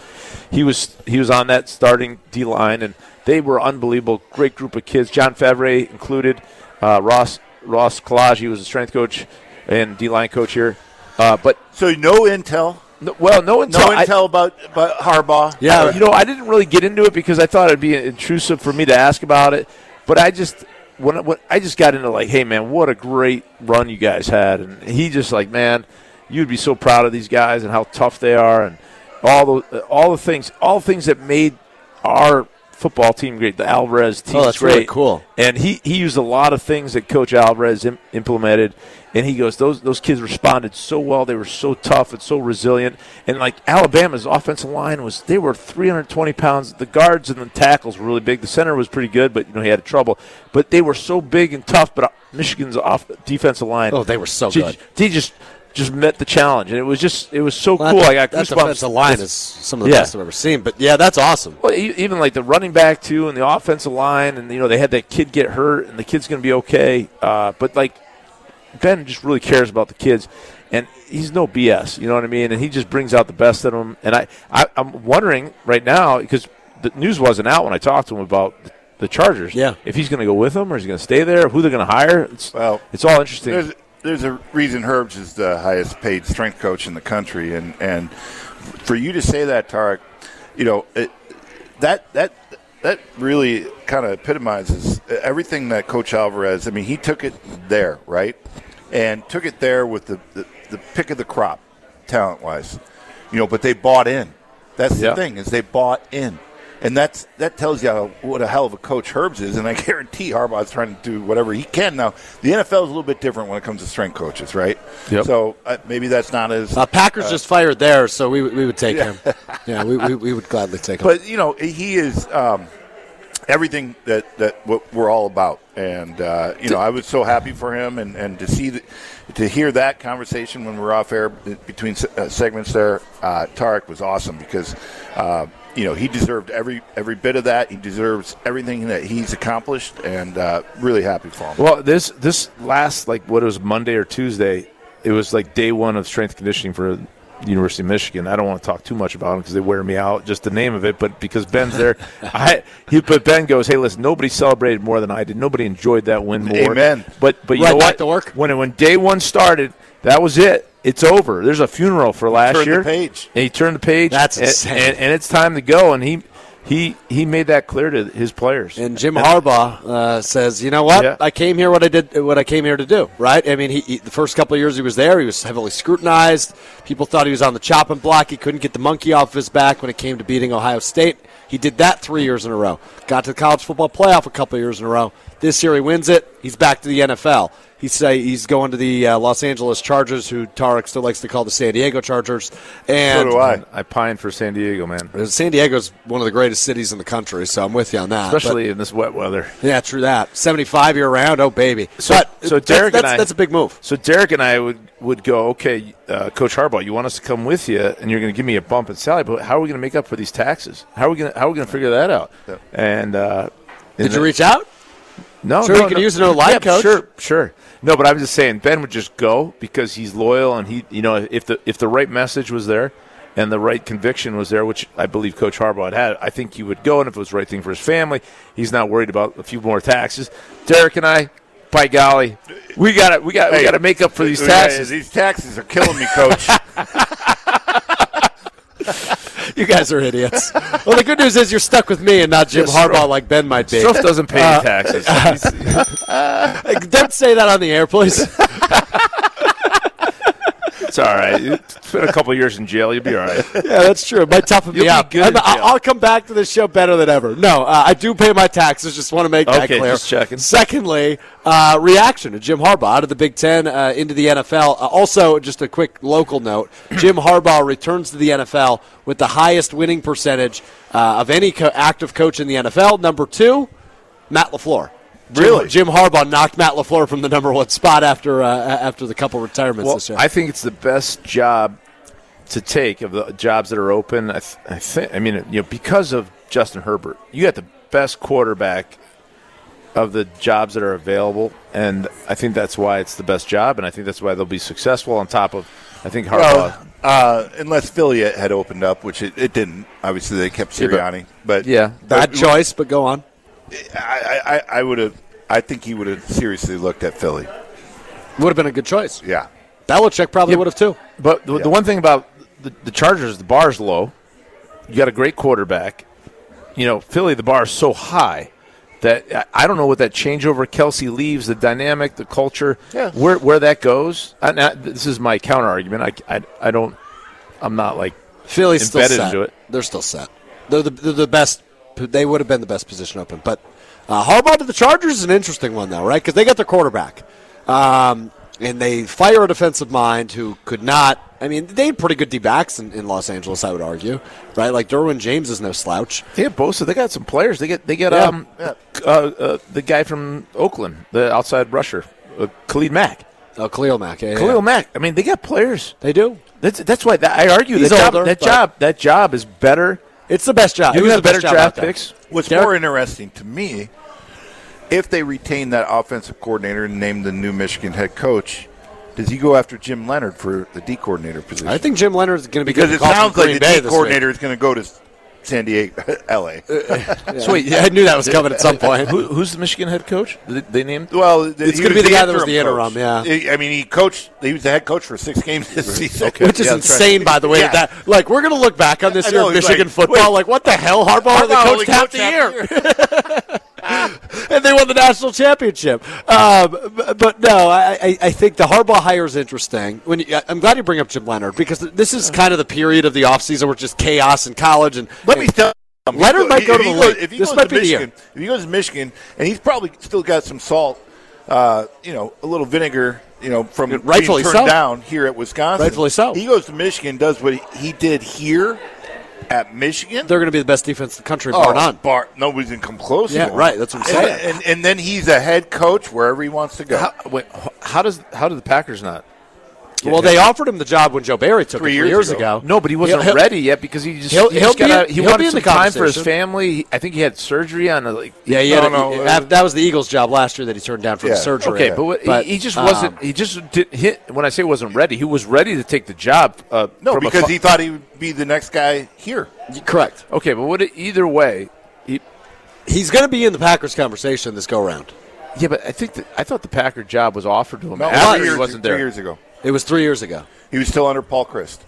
Speaker 6: He was he was on that starting D line, and they were unbelievable. Great group of kids, John Favre included. Uh, Ross Ross Collage, he was a strength coach and D line coach here. Uh, but
Speaker 4: So no intel,
Speaker 6: no, well, no
Speaker 4: no
Speaker 6: until I-
Speaker 4: intel about, about Harbaugh.
Speaker 5: Yeah.
Speaker 6: uh, you know, I didn't really get into it because I thought it'd be intrusive for me to ask about it. But I just when, when I just got into like, hey man, what a great run you guys had, and he just like, man, you'd be so proud of these guys and how tough they are, and all the all the things, all things that made our football team great. The Alvarez team
Speaker 5: Oh, that's
Speaker 6: great,
Speaker 5: really cool.
Speaker 6: and he, he used a lot of things that Coach Alvarez Im- implemented, and he goes, those those kids responded so well. They were so tough and so resilient. And like Alabama's offensive line was, they were 320 pounds. The guards and the tackles were really big. The center was pretty good, but you know he had trouble. But they were so big and tough. But uh, Michigan's off defensive line,
Speaker 5: Oh, they were so
Speaker 6: she-
Speaker 5: good.
Speaker 6: They just just met the challenge, and it was just it was so cool. I got
Speaker 5: that
Speaker 6: goosebumps.
Speaker 5: defensive line is some of the
Speaker 6: Yeah.
Speaker 5: best I've ever seen. But yeah, that's awesome.
Speaker 6: Well, e- even like the running back too, and the offensive line, and you know they had that kid get hurt, and the kid's going to be okay. Uh, but like Ben just really cares about the kids, and he's no BS. You know what I mean? And he just brings out the best in them. And I, I I'm wondering right now because the news wasn't out when I talked to him about the Chargers.
Speaker 5: Yeah.
Speaker 6: If he's going to go with them or he's going to stay there, who they're going to hire. It's,
Speaker 4: Well,
Speaker 6: it's all interesting.
Speaker 4: There's there's a reason Herbs is the highest paid strength coach in the country, and and for you to say that, Tarek, you know it, that that that really kind of epitomizes everything that Coach Alvarez. I mean, he took it there, right, and took it there with the the, the pick of the crop, talent wise, you know. But they bought in. That's the
Speaker 6: Yeah.
Speaker 4: thing is they bought in. And that's that tells you how, what a hell of a coach Herbs is, and I guarantee Harbaugh's trying to do whatever he can. Now the NFL is a little bit different when it comes to strength coaches, right?
Speaker 6: Yep.
Speaker 4: So uh, maybe that's not as.
Speaker 5: Uh, Packers just fired theirs, so we, we would take him. Yeah, we, we, we would gladly take him.
Speaker 4: But you know he is um, everything that that what we're all about, and uh, you know I was so happy for him, and and to see the, to hear that conversation when we we're off air between se- uh, segments there, uh, Tarek was awesome because. Uh, you know he deserved every every bit of that. He deserves everything that he's accomplished, and uh, really happy for him.
Speaker 6: Well, this this last like what it was Monday or Tuesday, it was like day one of strength conditioning for University of Michigan. I don't want to talk too much about them because they wear me out just the name of it, but because Ben's there, I he, but Ben goes, hey, listen, nobody celebrated more than I did. Nobody enjoyed that win more.
Speaker 4: Amen.
Speaker 6: But but you
Speaker 5: Right
Speaker 6: know
Speaker 5: back
Speaker 6: what?
Speaker 5: to work.
Speaker 6: When when day one started, that was it. It's over. There's a funeral for last
Speaker 4: Turn the
Speaker 6: year.
Speaker 4: page.
Speaker 6: And he turned the page.
Speaker 5: That's
Speaker 6: and-
Speaker 5: insane.
Speaker 6: And, and it's time to go. And he he he made that clear to his players.
Speaker 5: And Jim Harbaugh uh, says, "You know what?
Speaker 6: Yeah.
Speaker 5: I came here what I did what I came here to do, right? I mean, he, he, the first couple of years he was there, he was heavily scrutinized. People thought he was on the chopping block. He couldn't get the monkey off his back when it came to beating Ohio State. He did that 3 years in a row. Got to the college football playoff a couple of years in a row. This year he wins it. He's back to the NFL. He say he's going to the uh, Los Angeles Chargers, who Tarek still likes to call the San Diego Chargers. And
Speaker 4: So do I.
Speaker 6: I pine for San Diego, man.
Speaker 5: San Diego's one of the greatest cities in the country, so I'm with you on that. But-
Speaker 6: especially in this wet weather.
Speaker 5: Yeah, true that. Seventy-five year round. Oh baby.
Speaker 6: So-
Speaker 5: but
Speaker 6: so
Speaker 5: that's-
Speaker 6: Derek and
Speaker 5: that's,
Speaker 6: I-
Speaker 5: that's a big move.
Speaker 6: So Derek and I would would go, okay, uh, Coach Harbaugh, you want us to come with you, and you're going to give me a bump in salary, but how are we going to make up for these taxes? How are we going to how are we going to figure that out? And uh,
Speaker 5: Did you reach out?
Speaker 6: No,
Speaker 5: Sure,
Speaker 6: no,
Speaker 5: you could
Speaker 6: no.
Speaker 5: use another line
Speaker 6: Yeah,
Speaker 5: coach.
Speaker 6: Sure, sure. No, but I'm just saying Ben would just go because he's loyal and he, you know, if the if the right message was there and the right conviction was there, which I believe Coach Harbaugh had, had I think he would go. And if it was the right thing for his family, he's not worried about a few more taxes. Derek and I, by golly, we got to we got we
Speaker 4: Hey.
Speaker 6: got to make up for these
Speaker 4: Yeah,
Speaker 6: taxes.
Speaker 4: These taxes are killing me, Coach.
Speaker 5: You guys are idiots. well, the good news is you're stuck with me and not Jim
Speaker 6: Yes,
Speaker 5: Harbaugh
Speaker 6: Stroh.
Speaker 5: like Ben might be.
Speaker 6: Strofe doesn't pay
Speaker 4: uh,
Speaker 6: any taxes. He's-
Speaker 5: Don't say that on the air, please.
Speaker 6: it's all right. It's been a couple years in jail. You'll be all right.
Speaker 5: yeah, that's true. It might toughen
Speaker 6: You'll
Speaker 5: me
Speaker 6: be
Speaker 5: up.
Speaker 6: good
Speaker 5: I'm-
Speaker 6: in jail.
Speaker 5: I'll, I'll come back to this show better than ever. No, uh, I do pay my taxes. Just want to make that
Speaker 6: Okay,
Speaker 5: clear.
Speaker 6: just checking.
Speaker 5: Secondly, uh, reaction to Jim Harbaugh out of the Big Ten uh, into the NFL. Uh, also, just a quick local note: Jim Harbaugh returns to the NFL with the highest winning percentage uh, of any co- active coach in the NFL. Number two, Matt Lafleur. Jim-
Speaker 4: Really?
Speaker 5: Jim, Harbaugh knocked Matt Lafleur from the number one spot after uh, after the couple retirements
Speaker 6: Well,
Speaker 5: this year.
Speaker 6: I think it's the best job to take of the jobs that are open. I, th- I think. I mean, you know, because of Justin Herbert, you got the best quarterback of the jobs that are available, and I think that's why it's the best job, and I think that's why they'll be successful. On top of, I think Harbaugh.
Speaker 4: Well, uh, unless Philly had opened up, which it, it didn't. Obviously, they kept Sirianni, but
Speaker 6: yeah,
Speaker 5: Bad choice, but go on.
Speaker 4: I, I- I, I would have. I think he would have seriously looked at Philly.
Speaker 5: Would have been a good choice.
Speaker 4: Yeah,
Speaker 5: Belichick probably would have too.
Speaker 6: But the,
Speaker 4: Yeah.
Speaker 6: the one thing about the, the Chargers, the bar's low. You got a great quarterback. You know, Philly, the bar is so high that I, I don't know what that changeover. Kelsey leaves, the dynamic, the culture,
Speaker 4: Yeah.
Speaker 6: where where that goes. I, now, this is my counter argument. I, I, I don't. I'm not like
Speaker 5: Philly's still
Speaker 6: Embedded
Speaker 5: set.
Speaker 6: into it.
Speaker 5: They're still set. They're the, they're the best. They would have been the best position open. But uh, Harbaugh to the Chargers is an interesting one, though, right? Because they got their quarterback, um, and they fire a defensive mind who could not. I mean, they had pretty good D backs in, in Los Angeles, I would argue, right? Like Derwin James is no slouch.
Speaker 6: they have Bosa. They got some players. They get they get
Speaker 5: Yeah.
Speaker 6: um Uh, uh, the guy from Oakland, the outside rusher, uh, Khalid Mack.
Speaker 5: Oh, Khalil Mack. Yeah, yeah,
Speaker 6: Khalil
Speaker 5: yeah.
Speaker 6: Mack. I mean, they got players.
Speaker 5: They do.
Speaker 6: That's that's why that, I argue
Speaker 5: He's
Speaker 6: that job
Speaker 5: older,
Speaker 6: that
Speaker 5: but-
Speaker 6: job that job is better.
Speaker 5: It's the best job.
Speaker 6: You
Speaker 5: It was
Speaker 6: have
Speaker 5: the best
Speaker 6: better
Speaker 5: job
Speaker 6: draft
Speaker 5: out there.
Speaker 6: picks.
Speaker 4: what's
Speaker 5: Derek-
Speaker 4: more interesting to me, if they retain that offensive coordinator and name the new Michigan head coach, does he go after Jim Leonard for the D coordinator position?
Speaker 5: I think Jim Leonard's going to be
Speaker 4: because
Speaker 5: good
Speaker 4: it
Speaker 5: call from
Speaker 4: sounds like
Speaker 5: Green
Speaker 4: the
Speaker 5: Bay
Speaker 4: D
Speaker 5: this week. Uh,
Speaker 4: coordinator is going to go to San Diego, L.A.
Speaker 5: Sweet. Yeah, I knew that was coming at some point.
Speaker 6: Who, who's the Michigan head coach? They, they named.
Speaker 4: Well,
Speaker 5: It's
Speaker 4: he
Speaker 5: gonna be the guy that was
Speaker 4: interim
Speaker 5: the interim,
Speaker 4: coach. I mean, he coached. He was the head coach for six games this season,
Speaker 5: Which is
Speaker 4: Yeah, that's right.
Speaker 5: insane, by the way.
Speaker 4: Yeah.
Speaker 5: That like we're gonna look back on this
Speaker 4: I
Speaker 5: year
Speaker 4: know,
Speaker 5: of
Speaker 4: he's
Speaker 5: Michigan
Speaker 4: like,
Speaker 5: football. Like what the hell? Harbaugh only
Speaker 4: Harbaugh
Speaker 5: coached
Speaker 4: only
Speaker 5: half
Speaker 4: coached
Speaker 5: the
Speaker 4: half
Speaker 5: year,
Speaker 4: the
Speaker 5: and they won the national championship. Um, b- but no, I, I- I think the Harbaugh hire is interesting. When you, I'm glad you bring up Jim Leonard because this is kind of the period of the offseason where it's just chaos in college and
Speaker 4: Let me tell. you,
Speaker 5: Leonard
Speaker 4: if
Speaker 5: might
Speaker 4: he-
Speaker 5: go to
Speaker 4: if he
Speaker 5: the
Speaker 4: goes-
Speaker 5: league.
Speaker 4: If he
Speaker 5: This
Speaker 4: goes
Speaker 5: might
Speaker 4: to
Speaker 5: be the year.
Speaker 4: Michigan, if he goes to Michigan, and he's probably still got some salt, uh, you know, a little vinegar, you know, from
Speaker 5: Rightfully
Speaker 4: being
Speaker 5: so.
Speaker 4: turned down here at Wisconsin.
Speaker 5: Rightfully so.
Speaker 4: He goes to Michigan, does what he, he did here at Michigan.
Speaker 5: they're going to be the best defense in the country,
Speaker 4: Oh,
Speaker 5: bar none.
Speaker 4: Bar, nobody's going to come close.
Speaker 5: Yeah,
Speaker 4: to him.
Speaker 5: right, that's what I'm
Speaker 4: And-
Speaker 5: saying.
Speaker 4: And, and, then he's a head coach wherever he wants to go.
Speaker 6: How, wait, how does how did the Packers not? get
Speaker 5: well,
Speaker 6: him?
Speaker 5: they offered him the job when Joe Barry took
Speaker 4: Three
Speaker 5: it three
Speaker 4: years
Speaker 5: years ago.
Speaker 4: ago.
Speaker 6: No, but he wasn't
Speaker 5: He'll- he'll-
Speaker 6: ready yet because he just
Speaker 5: He'll-
Speaker 6: he
Speaker 5: he'll
Speaker 6: just
Speaker 5: be
Speaker 6: got
Speaker 5: in-
Speaker 6: out- he
Speaker 5: he'll
Speaker 6: wanted
Speaker 5: be in
Speaker 6: some
Speaker 5: the
Speaker 6: time for his
Speaker 5: conversation.
Speaker 6: family. He- I think he had surgery on a, like
Speaker 5: Yeah, yeah,
Speaker 4: No, no, uh,
Speaker 5: that was the Eagles' job last year that he turned down for the
Speaker 4: Yeah.
Speaker 5: surgery.
Speaker 6: Okay, but, what, he, he just wasn't.
Speaker 5: um,
Speaker 6: he just did hit. When I say wasn't ready, he was ready to take the job. Uh,
Speaker 4: no,
Speaker 6: from a
Speaker 4: because
Speaker 6: fu-
Speaker 4: he thought he would be the next guy here.
Speaker 5: correct.
Speaker 6: Okay, but what? Either way, he,
Speaker 5: He's going to be in the Packers conversation this go round.
Speaker 6: yeah. But I think that, I thought the Packer job was offered to him
Speaker 4: No,
Speaker 6: after
Speaker 4: three
Speaker 6: he
Speaker 4: years,
Speaker 6: wasn't
Speaker 4: three
Speaker 6: there.
Speaker 4: years ago.
Speaker 5: It was three years ago.
Speaker 4: He was still under Paul Christ.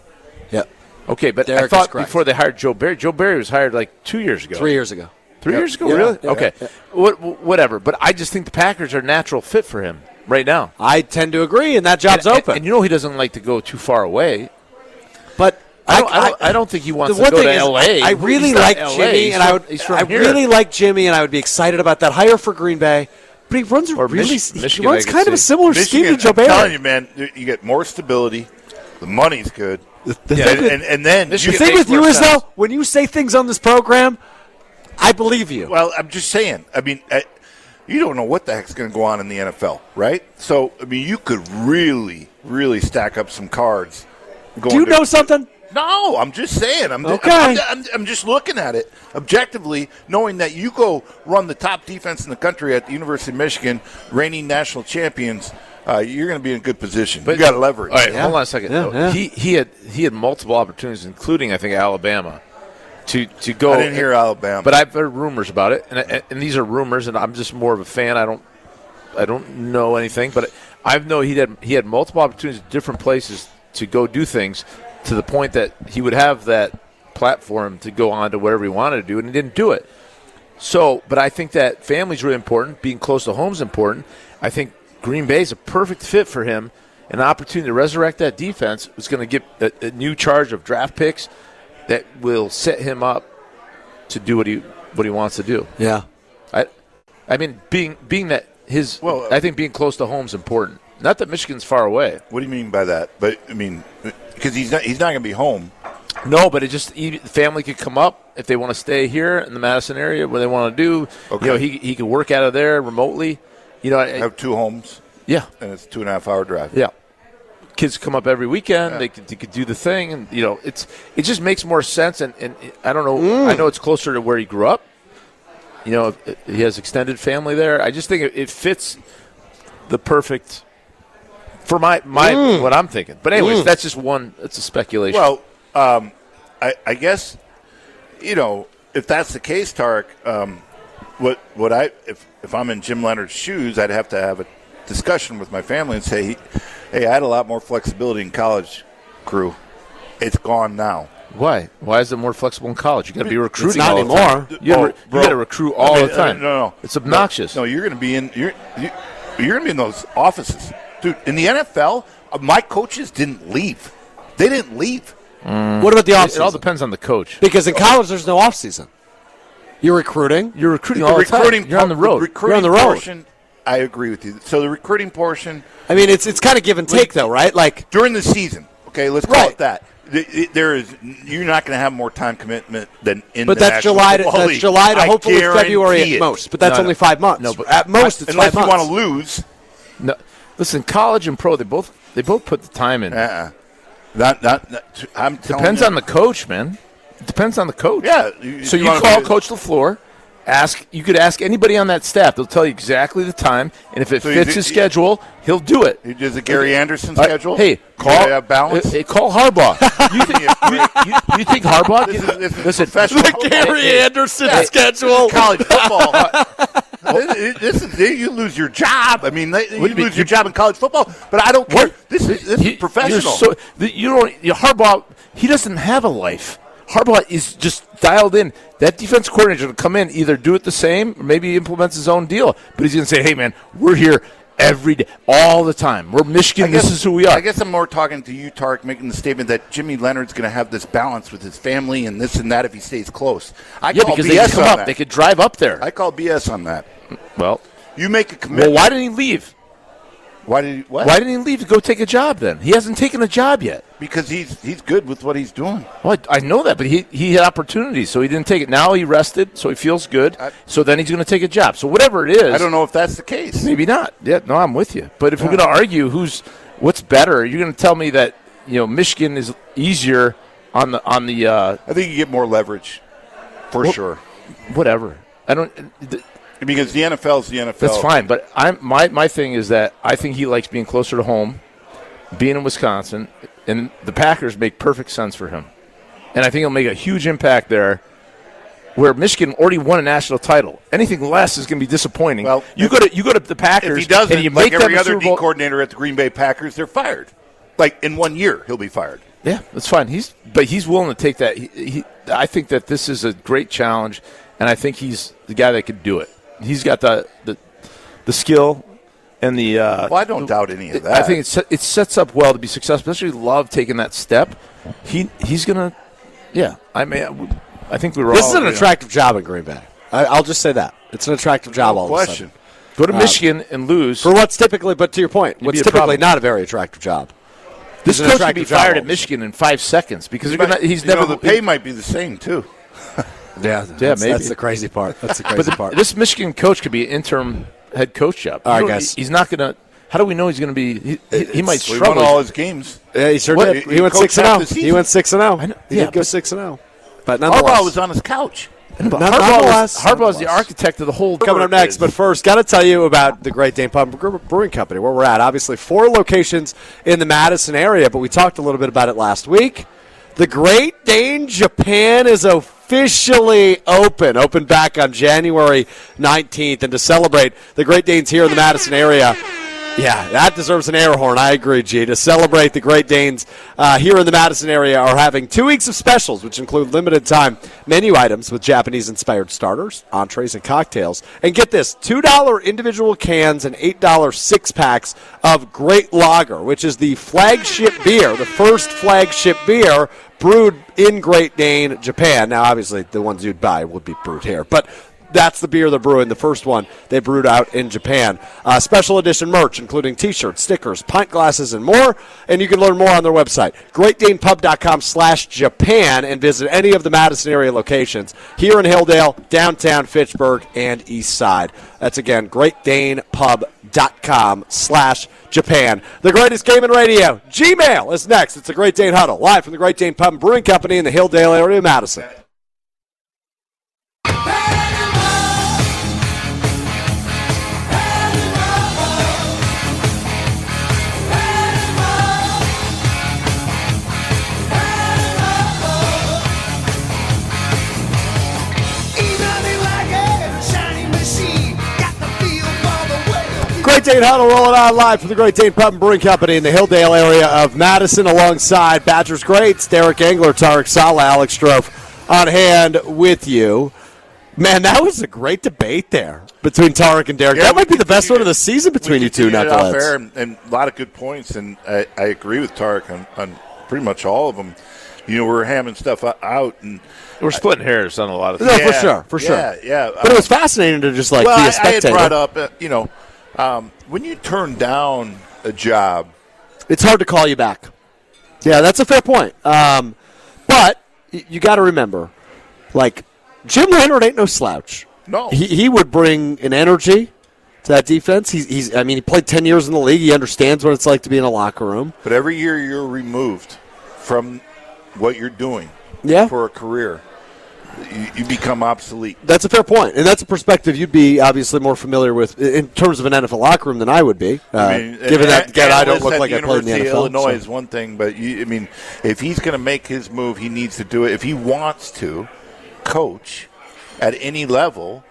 Speaker 5: Yeah,
Speaker 6: Okay, but
Speaker 5: Derek
Speaker 6: I
Speaker 5: is
Speaker 6: thought
Speaker 5: correct.
Speaker 6: before they hired Joe Barry, Joe Barry was hired like two years ago.
Speaker 5: three years ago.
Speaker 6: Three years ago,
Speaker 5: Yeah.
Speaker 6: really?
Speaker 5: Yeah.
Speaker 6: okay,
Speaker 5: Yeah.
Speaker 6: What, wh- whatever. But I just think the Packers are a natural fit for him right now.
Speaker 5: I tend to agree, and that job's
Speaker 6: and,
Speaker 5: open.
Speaker 6: and you know he doesn't like to go too far away.
Speaker 5: but
Speaker 6: I don't, I, don't, I don't think he wants
Speaker 5: the one
Speaker 6: to go
Speaker 5: thing
Speaker 6: to
Speaker 5: is,
Speaker 6: L.A.
Speaker 5: I
Speaker 6: He's
Speaker 5: really
Speaker 6: not
Speaker 5: like
Speaker 6: LA.
Speaker 5: Jimmy,
Speaker 6: He's
Speaker 5: and I
Speaker 6: from-
Speaker 5: would.
Speaker 6: He's from
Speaker 5: I
Speaker 6: here.
Speaker 5: really like Jimmy, and I would be excited about that hire for Green Bay. But he runs a
Speaker 6: Or
Speaker 5: really
Speaker 6: Mich-
Speaker 5: he
Speaker 6: Michigan,
Speaker 5: runs
Speaker 6: I could
Speaker 5: kind of a
Speaker 6: see.
Speaker 5: similar scheme
Speaker 4: Michigan,
Speaker 5: to Joe
Speaker 4: I'm telling
Speaker 5: Barry.
Speaker 4: you, man, you get more stability. The money's good. and, and, and then
Speaker 5: the
Speaker 6: Michigan- it
Speaker 5: thing
Speaker 6: makes
Speaker 5: with you
Speaker 6: more
Speaker 5: is
Speaker 6: sense.
Speaker 5: though, when you say things on this program, I believe you.
Speaker 4: Well, I'm just saying. I mean, I, you don't know what the heck's going to go on in the NFL, right? So, I mean, you could really, really stack up some cards. Going
Speaker 5: Do you
Speaker 4: to-
Speaker 5: know something?
Speaker 4: No, I'm just saying. I'm,
Speaker 5: Okay.
Speaker 4: I'm, I'm- I'm just looking at it objectively, knowing that you go run the top defense in the country at the University of Michigan, reigning national champions. Uh, you're going to be in a good position. you got leverage.
Speaker 6: All right, hold on a second.
Speaker 5: Yeah,
Speaker 6: though.
Speaker 5: yeah.
Speaker 6: He he had he had multiple opportunities, including I think Alabama, to to go.
Speaker 4: I didn't hear Alabama,
Speaker 6: but I've heard rumors about it, and I- and these are rumors, and I'm just more of a fan. I don't I don't know anything, but I know he had he had multiple opportunities, at different places to go do things, to the point that he would have that platform to go on to whatever he wanted to do, and he didn't do it. So, but I think that family's really important. Being close to home's important. I think Green Bay's a perfect fit for him. An opportunity to resurrect that defense is going to get a, a new charge of draft picks that will set him up to do what he what he wants to do.
Speaker 5: Yeah.
Speaker 6: I, I mean, being being that his,
Speaker 4: Well, uh,
Speaker 6: I think being close to home's important. Not that Michigan's far away.
Speaker 4: what do you mean by that? But I mean, because he's not he's not going to be home.
Speaker 6: No, but it just he, the family could come up if they want to stay here in the Madison area where they want to do.
Speaker 4: Okay.
Speaker 6: You know, he he could work out of there remotely. You know, I-
Speaker 4: I have two homes,
Speaker 6: yeah,
Speaker 4: and it's a two and a half hour drive.
Speaker 6: yeah. Kids come up every weekend. They, could, they could do the thing, and you know, it's it just makes more sense. And, and I don't know. I know it's closer to where he grew up. You know, he has extended family there. I just think it, it fits the perfect for my my what I'm thinking. But anyways, that's just one. That's a speculation.
Speaker 4: Well, um, I, I guess you know if that's the case, Tarek. Um, what what I if if I'm in Jim Leonard's shoes, I'd have to have a discussion with my family and say, "Hey, I had a lot more flexibility in college, crew. It's gone now."
Speaker 6: Why? Why is it more flexible in college? You got to be recruiting
Speaker 5: It's not
Speaker 6: all the time.
Speaker 5: anymore.
Speaker 6: You
Speaker 4: Oh,
Speaker 6: got
Speaker 4: bro.
Speaker 6: to recruit all
Speaker 4: I mean, uh,
Speaker 6: the time.
Speaker 4: No, no, no.
Speaker 6: it's obnoxious.
Speaker 4: No, you're going to be in you're you, you're going to be in those offices, dude. In the NFL, uh, my coaches didn't leave. They didn't leave.
Speaker 5: What about the
Speaker 6: It, it all
Speaker 5: offseason?
Speaker 6: depends on the coach.
Speaker 5: Because in college, there's no offseason. You're recruiting.
Speaker 6: You're recruiting
Speaker 4: the
Speaker 6: all the time.
Speaker 4: recruiting
Speaker 6: You're on the
Speaker 4: part-
Speaker 6: road.
Speaker 4: recruiting
Speaker 5: You're on the road.
Speaker 4: portion, I agree with you. So the recruiting portion
Speaker 5: I mean, it's it's kind of give and take, though, right? Like,
Speaker 4: during the season, okay, let's call
Speaker 5: Right.
Speaker 4: it that. Th- it- There is you're not going to have more time commitment than in.
Speaker 5: but
Speaker 4: the
Speaker 5: that's
Speaker 4: National
Speaker 5: July to
Speaker 4: Football
Speaker 5: that's
Speaker 4: League.
Speaker 5: July to
Speaker 4: I
Speaker 5: hopefully
Speaker 4: guarantee
Speaker 5: February at
Speaker 4: it.
Speaker 5: most. But that's
Speaker 6: No, no.
Speaker 5: only five months.
Speaker 6: No, but-
Speaker 5: at most it's
Speaker 4: unless
Speaker 5: five
Speaker 4: you want
Speaker 5: months.
Speaker 4: to lose.
Speaker 6: No, listen, college and pro, they both they both put the time in.
Speaker 4: Uh-uh. Not, not, not- I'm telling
Speaker 6: Depends
Speaker 4: you.
Speaker 6: on the coach, man. Depends on the coach.
Speaker 4: Yeah,
Speaker 6: so you
Speaker 4: wanna
Speaker 6: call
Speaker 4: be-
Speaker 6: Coach Lafleur, Ask you could ask anybody on that staff; they'll tell you exactly the time, and if it
Speaker 4: So you
Speaker 6: fits
Speaker 4: do-
Speaker 6: his schedule, he'll do it.
Speaker 4: He does a Gary Anderson
Speaker 6: Uh,
Speaker 4: schedule.
Speaker 6: Hey, call uh,
Speaker 4: You gotta have balance.
Speaker 6: Hey, call Harbaugh. you, think, you, you- you think Harbaugh?
Speaker 4: This is- this is
Speaker 6: Listen,
Speaker 4: professional. The
Speaker 5: Gary Anderson schedule.
Speaker 4: college football. this, this is you lose your job. I mean, they, you
Speaker 6: What do you mean?
Speaker 4: lose your job in college football. But I don't care.
Speaker 6: What?
Speaker 4: This is this
Speaker 6: You-
Speaker 4: is professional.
Speaker 6: You're so, the- you don't. You, Harbaugh, he doesn't have a life. Harbaugh is just dialed in. That defense coordinator will come in, either do it the same, or maybe he implements his own deal. But he's going to say, "Hey, man, we're here every day, all the time. We're Michigan. this is who we are."
Speaker 4: I guess I'm more talking to you, Tark, making the statement that Jimmy Leonard's going to have this balance with his family and this and that if he stays close. I
Speaker 6: yeah,
Speaker 4: call BS
Speaker 6: because they could come
Speaker 4: on
Speaker 6: up,
Speaker 4: that.
Speaker 6: they could drive up there.
Speaker 4: I call BS on that.
Speaker 6: well,
Speaker 4: You make a
Speaker 6: well,
Speaker 4: commitment.
Speaker 6: why didn't he leave?
Speaker 4: why did he, what?
Speaker 6: Why didn't he leave to go take a job? Then he hasn't taken a job yet.
Speaker 4: Because he's he's good with what he's doing.
Speaker 6: Well, I I know that, but he, he had opportunities, so he didn't take it. Now he rested, so he feels good.
Speaker 4: I-
Speaker 6: so then he's going to take a job. So whatever it is,
Speaker 4: I don't know if that's the case.
Speaker 6: Maybe not. Yeah, no, I'm with you. But if we're going to argue who's what's better, you're going to tell me that you know Michigan is easier on the on the uh,
Speaker 4: I think you get more leverage, for sure.
Speaker 6: whatever. I don't. Th-
Speaker 4: Because the NFL's the NFL.
Speaker 6: that's fine. But I'm my my thing is that I think he likes being closer to home, being in Wisconsin, and the Packers make perfect sense for him, and I think he'll make a huge impact there. Where Michigan already won a national title, anything less is going to be disappointing.
Speaker 4: Well,
Speaker 6: you
Speaker 4: if-
Speaker 6: go to you go to the Packers,
Speaker 4: If he doesn't,
Speaker 6: and you
Speaker 4: like
Speaker 6: make them
Speaker 4: every
Speaker 6: a
Speaker 4: other
Speaker 6: Super
Speaker 4: D
Speaker 6: Bowl-
Speaker 4: coordinator at the Green Bay Packers, they're fired. Like in one year, he'll be fired.
Speaker 6: Yeah, that's fine. He's but he's willing to take that. He, he, I think that this is a great challenge, and I think he's the guy that could do it. He's got the the, the skill and the. Uh,
Speaker 4: Well, I don't doubt any of that.
Speaker 6: I think it set, it sets up well to be successful. Especially Love taking that step. He he's gonna. Yeah, I mean, I think we were.
Speaker 5: This
Speaker 6: all
Speaker 5: is an
Speaker 6: agreeing.
Speaker 5: attractive job in Green Bay. I, I'll just say that it's an attractive job. all of a
Speaker 4: question.
Speaker 5: sudden.
Speaker 6: Go to Michigan and lose.
Speaker 5: Uh, for what's typically, but to your point,
Speaker 6: be
Speaker 5: what's
Speaker 6: a
Speaker 5: typically
Speaker 6: problem.
Speaker 5: not a very attractive job.
Speaker 6: this
Speaker 5: an
Speaker 6: coach could be
Speaker 5: attractive job
Speaker 6: fired
Speaker 5: all
Speaker 6: at
Speaker 5: of a
Speaker 6: Michigan in five seconds because they're gonna,
Speaker 4: But,
Speaker 6: he's
Speaker 4: you
Speaker 6: never
Speaker 4: know, the pay might be the same too.
Speaker 5: Yeah,
Speaker 6: yeah, maybe.
Speaker 5: that's the crazy part. That's the crazy
Speaker 6: But the-
Speaker 5: part.
Speaker 6: this Michigan coach could be an interim head coach job.
Speaker 5: All right,
Speaker 6: You don't-
Speaker 5: guys.
Speaker 6: He's not going to. How do we know he's going to be? He, he, he might
Speaker 4: We won
Speaker 6: struggle.
Speaker 4: all his games.
Speaker 5: yeah, he sure
Speaker 4: What-
Speaker 5: did.
Speaker 4: he
Speaker 5: He went
Speaker 4: coached
Speaker 5: six and
Speaker 4: half
Speaker 5: zero.
Speaker 4: the season.
Speaker 5: He went six and
Speaker 6: know.
Speaker 5: zero. He
Speaker 6: Yeah,
Speaker 5: did go
Speaker 6: but-
Speaker 5: six and oh. zero. But
Speaker 4: Harbaugh
Speaker 5: nonetheless,
Speaker 4: was on his couch.
Speaker 5: but
Speaker 6: Harbaugh
Speaker 5: nonetheless-
Speaker 6: is- Harbaugh is the
Speaker 5: nonetheless.
Speaker 6: architect of the whole.
Speaker 5: Coming up
Speaker 6: work.
Speaker 5: next, but first, got to tell you about the Great Dane Pub and Brewing Company, where we're at. Obviously, four locations in the Madison area, but we talked a little bit about it last week. The Great Dane Japan is officially open, open back on January 19th. And to celebrate the Great Danes here in the Madison area, yeah, that deserves an air horn. I agree, G. To celebrate the Great Danes uh, here in the Madison area are having two weeks of specials, which include limited time menu items with Japanese inspired starters, entrees, and cocktails. And get this $2 individual cans and $8 six packs of Great Lager, which is the flagship beer, the first flagship beer brewed in Great Dane, Japan. Now, obviously, the ones you'd buy would be brewed here, but that's the beer they're brewing. The first one they brewed out in Japan. Uh, special edition merch, including T-shirts, stickers, pint glasses, and more. And you can learn more on their website, GreatDanePub.com slash Japan, and visit any of the Madison area locations here in Hilldale, downtown Fitchburg, and East Side. That's again GreatDanePub.com slash Japan. The Greatest Game in Radio Gmail is next. It's the Great Dane Huddle live from the Great Dane Pub and Brewing Company in the Hilldale area of Madison. Great Dane Huddle rolling on live from the Great Dane Pub and Brewing Company in the Hilldale area of Madison, alongside Badgers greats Derek Engler, Tarek Sala, Alex Strofe on hand with you. Man, that was a great debate there between Tarek and Derek.
Speaker 4: Yeah,
Speaker 5: that
Speaker 4: we
Speaker 5: might be the best one
Speaker 4: continued-
Speaker 5: of the season between
Speaker 4: we
Speaker 5: you two,
Speaker 4: continued it off air
Speaker 5: knuckleheads.
Speaker 4: and, and a lot of good points, and I, I agree with Tarek on, on pretty much all of them. You know, we we're hamming stuff o- out, and
Speaker 6: we're splitting hairs on a lot of
Speaker 5: No,
Speaker 6: things.
Speaker 5: Oh, for
Speaker 4: Yeah,
Speaker 5: sure, for sure.
Speaker 4: yeah, yeah.
Speaker 5: But it was fascinating to just like
Speaker 4: well,
Speaker 5: be
Speaker 4: I-
Speaker 5: a spectator.
Speaker 4: I had brought up, uh, you know, um, when you turn down a job,
Speaker 5: it's hard to call you back. Yeah, that's a fair point. Um, but y- you got to remember, like Jim Leonard ain't no slouch.
Speaker 4: No.
Speaker 5: he, he would bring an energy to that defense. He's, he's I mean, he played ten years in the league. He understands what it's like to be in a locker room.
Speaker 4: but every year you're removed from what you're doing
Speaker 5: Yeah,
Speaker 4: for a career. you, you become obsolete.
Speaker 5: That's a fair point, and that's a perspective you'd be obviously more familiar with i- in terms of an NFL locker room than I would be. Uh,
Speaker 4: I mean,
Speaker 5: given that,
Speaker 4: a-
Speaker 5: again, I don't
Speaker 4: analysts
Speaker 5: look
Speaker 4: at
Speaker 5: like
Speaker 4: the
Speaker 5: I played in the
Speaker 4: University
Speaker 5: NFL.
Speaker 4: of Illinois
Speaker 5: so-
Speaker 4: is one thing, but you, I mean, if he's going to make his move, he needs to do it. If he wants to coach at any level,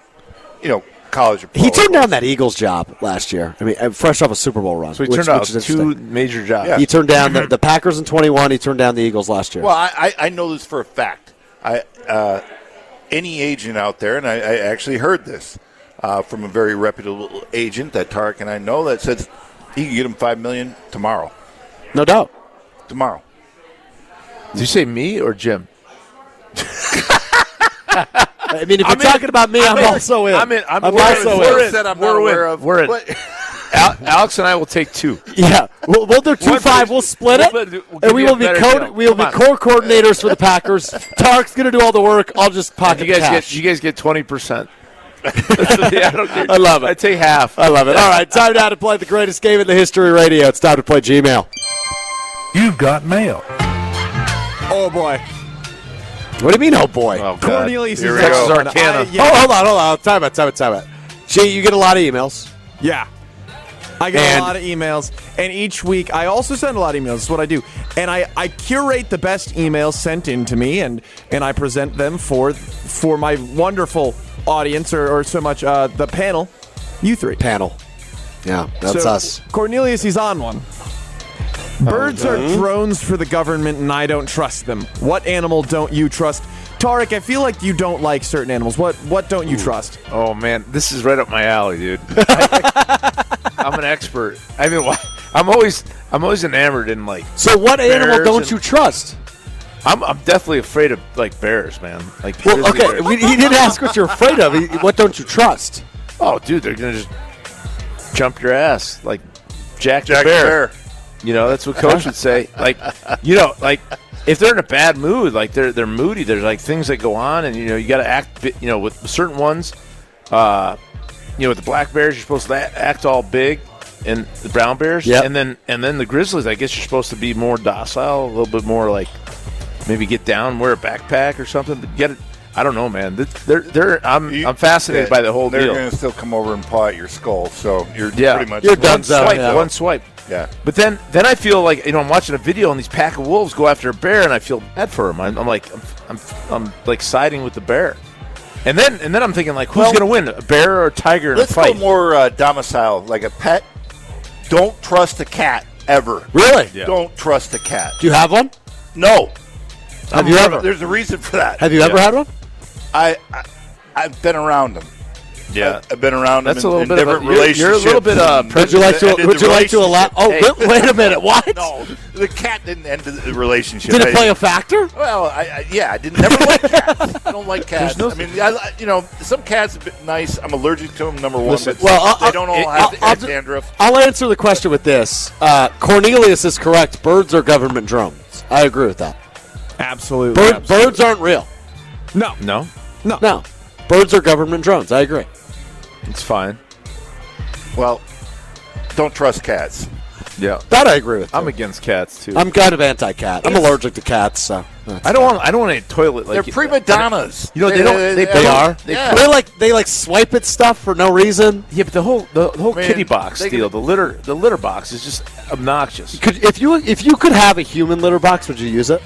Speaker 4: you know, college or pro.
Speaker 5: He turned down that Eagles job last year. I mean, uh, fresh off a Super Bowl run.
Speaker 6: So he
Speaker 5: which,
Speaker 6: turned out
Speaker 5: which is
Speaker 6: two
Speaker 5: interesting.
Speaker 6: major jobs.
Speaker 4: Yeah.
Speaker 5: He turned down the, the Packers in 21. He turned down the Eagles last year.
Speaker 4: Well, I, I, I know this for a fact. I uh, any agent out there, and I, I actually heard this uh, from a very reputable agent that Tarek and I know that says he can get him five million tomorrow.
Speaker 5: no doubt.
Speaker 4: Tomorrow.
Speaker 6: Did you say me or Jim?
Speaker 5: I mean, if you're talking about me, I'm, also in.
Speaker 6: I'm in. I'm,
Speaker 5: I'm
Speaker 6: we're
Speaker 5: also
Speaker 6: in.
Speaker 5: in.
Speaker 6: We're in.
Speaker 4: Said I'm
Speaker 6: we're
Speaker 4: not
Speaker 6: in.
Speaker 4: aware of.
Speaker 6: We're in.
Speaker 4: What-
Speaker 6: Al- Alex and I will take two.
Speaker 5: Yeah, we'll, we'll do two
Speaker 6: One
Speaker 5: five.
Speaker 6: person-
Speaker 5: We'll split it,
Speaker 6: we'll do- we'll
Speaker 5: and
Speaker 6: give
Speaker 5: we
Speaker 6: you
Speaker 5: will
Speaker 6: a
Speaker 5: be
Speaker 6: better
Speaker 5: co-
Speaker 6: deal.
Speaker 5: we will be core
Speaker 6: Come
Speaker 5: coordinators for the Packers. Tarek's going to do all the work. I'll just pocket
Speaker 6: You guys
Speaker 5: the cash.
Speaker 6: get. You guys get twenty percent. I, don't care.
Speaker 5: I love it.
Speaker 6: I take half.
Speaker 5: I love it. All right, time now to play the greatest game in the history of radio. It's time to play Gmail.
Speaker 8: You've got mail.
Speaker 5: Oh boy. What do you mean, oh boy?
Speaker 6: Oh, God.
Speaker 9: Cornelius
Speaker 6: Here
Speaker 9: is
Speaker 6: we go.
Speaker 9: excellent.
Speaker 6: Texas Arcana.
Speaker 9: I- yeah,
Speaker 5: Oh, hold on, hold on. Time out, time out, time out. Gee, you get a lot of emails.
Speaker 9: yeah. I get
Speaker 5: And-
Speaker 9: a lot of emails, and each week I also send a lot of emails. That's what I do, and I, I curate the best emails sent in to me, and and I present them for for my wonderful audience, or, or so much uh, the panel, you three.
Speaker 5: Panel. Yeah, that's
Speaker 9: So,
Speaker 5: us.
Speaker 9: Cornelius, he's on one. Birds are drones for the government, and I don't trust them. What animal don't you trust? Tarek, I feel like you don't like certain animals. What what don't you trust?
Speaker 6: Oh man, this is right up my alley, dude. I'm an expert. I mean, why- I'm always, I'm always enamored in like,
Speaker 5: So, what animal
Speaker 6: Bears
Speaker 5: don't
Speaker 6: and-
Speaker 5: you trust?
Speaker 6: I'm, I'm definitely afraid of like bears, man. Like,
Speaker 5: Well,
Speaker 6: grizzly
Speaker 5: okay,
Speaker 6: bears.
Speaker 5: we, he didn't ask what you're afraid of. He, what don't you trust?
Speaker 6: oh dude, they're gonna just jump your ass like Jack,
Speaker 4: Jack
Speaker 6: the bear.
Speaker 4: Bear.
Speaker 6: You know, that's what coach would say. Like, you know, like if they're in a bad mood, like they're they're moody. There's like things that go on, and you know, you got to act. bi- You know, with certain ones, uh, you know, with the black bears, you're supposed to a- act all big, and the brown bears,
Speaker 5: Yep.
Speaker 6: and then and then the grizzlies. I guess you're supposed to be more docile, a little bit more like maybe get down, wear a backpack or something. But get it. I don't know, man. Th- They're, they're, I'm,
Speaker 4: You-
Speaker 6: I'm fascinated
Speaker 4: yeah,
Speaker 6: by the whole
Speaker 4: they're
Speaker 6: deal.
Speaker 4: They're going to still come over and paw at your skull, so you're
Speaker 6: Yeah.
Speaker 4: pretty much
Speaker 5: You're
Speaker 6: one
Speaker 5: done. Dunzo,
Speaker 6: swipe,
Speaker 5: yeah.
Speaker 6: one swipe.
Speaker 4: Yeah.
Speaker 6: But then, then I feel like you know I'm watching a video and these pack of wolves go after a bear and I feel bad for him. I'm, I'm like I'm, I'm I'm like siding with the bear, and then and then I'm thinking like who's
Speaker 4: Well-
Speaker 6: gonna win a bear or a tiger in
Speaker 4: Let's
Speaker 6: a fight?
Speaker 4: go more uh, domicile, like a pet. Don't trust a cat ever.
Speaker 5: Really?
Speaker 4: Don't trust a cat.
Speaker 5: Do you have one?
Speaker 4: No.
Speaker 5: Have you ever?
Speaker 4: There's a reason for that.
Speaker 5: Have you ever
Speaker 6: Yeah.
Speaker 5: had one?
Speaker 4: I, I I've been around them.
Speaker 6: yeah.
Speaker 4: I've been around
Speaker 6: That's
Speaker 4: them
Speaker 6: a
Speaker 4: in,
Speaker 6: little
Speaker 4: in
Speaker 6: bit of a-
Speaker 4: different
Speaker 6: you're-
Speaker 4: relationships.
Speaker 6: you're a little bit, uh,
Speaker 4: and-
Speaker 5: Would you like to?
Speaker 4: ended
Speaker 5: Would
Speaker 4: the
Speaker 5: you like to allow?
Speaker 4: relationship.
Speaker 5: Oh,
Speaker 6: Hey.
Speaker 5: wait, wait a minute. What?
Speaker 4: No, the cat didn't end the relationship.
Speaker 5: Did it
Speaker 4: I-
Speaker 5: play a factor?
Speaker 4: Well, I, I, yeah, I didn't never like cats. I don't like cats. I mean, I, I- you know, some cats are a bit nice. I'm allergic to them. Number one,
Speaker 5: Listen,
Speaker 4: but
Speaker 5: well, I'll-
Speaker 4: they
Speaker 5: I'll-
Speaker 4: don't all
Speaker 5: I'll-
Speaker 4: have
Speaker 5: I'll
Speaker 4: head
Speaker 5: ju-
Speaker 4: dandruff.
Speaker 5: I'll answer the question with this. Uh, Cornelius is correct. Birds are government drones. I agree with that.
Speaker 9: Absolutely.
Speaker 5: Bird,
Speaker 9: absolutely.
Speaker 5: Birds aren't real.
Speaker 9: No.
Speaker 6: No,
Speaker 5: No. Birds are government drones. I agree.
Speaker 6: it's fine.
Speaker 4: Well, don't trust cats.
Speaker 6: Yeah,
Speaker 5: That I agree with.
Speaker 6: I'm
Speaker 5: I'm,
Speaker 6: against cats too.
Speaker 5: I'm kind of anti cat. I'm allergic to cats, so. that's-
Speaker 6: I don't want I don't want any toilet. Like
Speaker 4: They're prima donnas.
Speaker 6: You know, they don't- they-
Speaker 5: They are.
Speaker 4: They,
Speaker 5: They
Speaker 4: yeah.
Speaker 5: like they like swipe at stuff for no reason.
Speaker 6: Yeah, but the whole the, the whole
Speaker 4: Man,
Speaker 6: kitty box
Speaker 4: they-
Speaker 6: deal, the litter the litter box is just obnoxious.
Speaker 5: Could if you if you could have a human litter box, would you use it?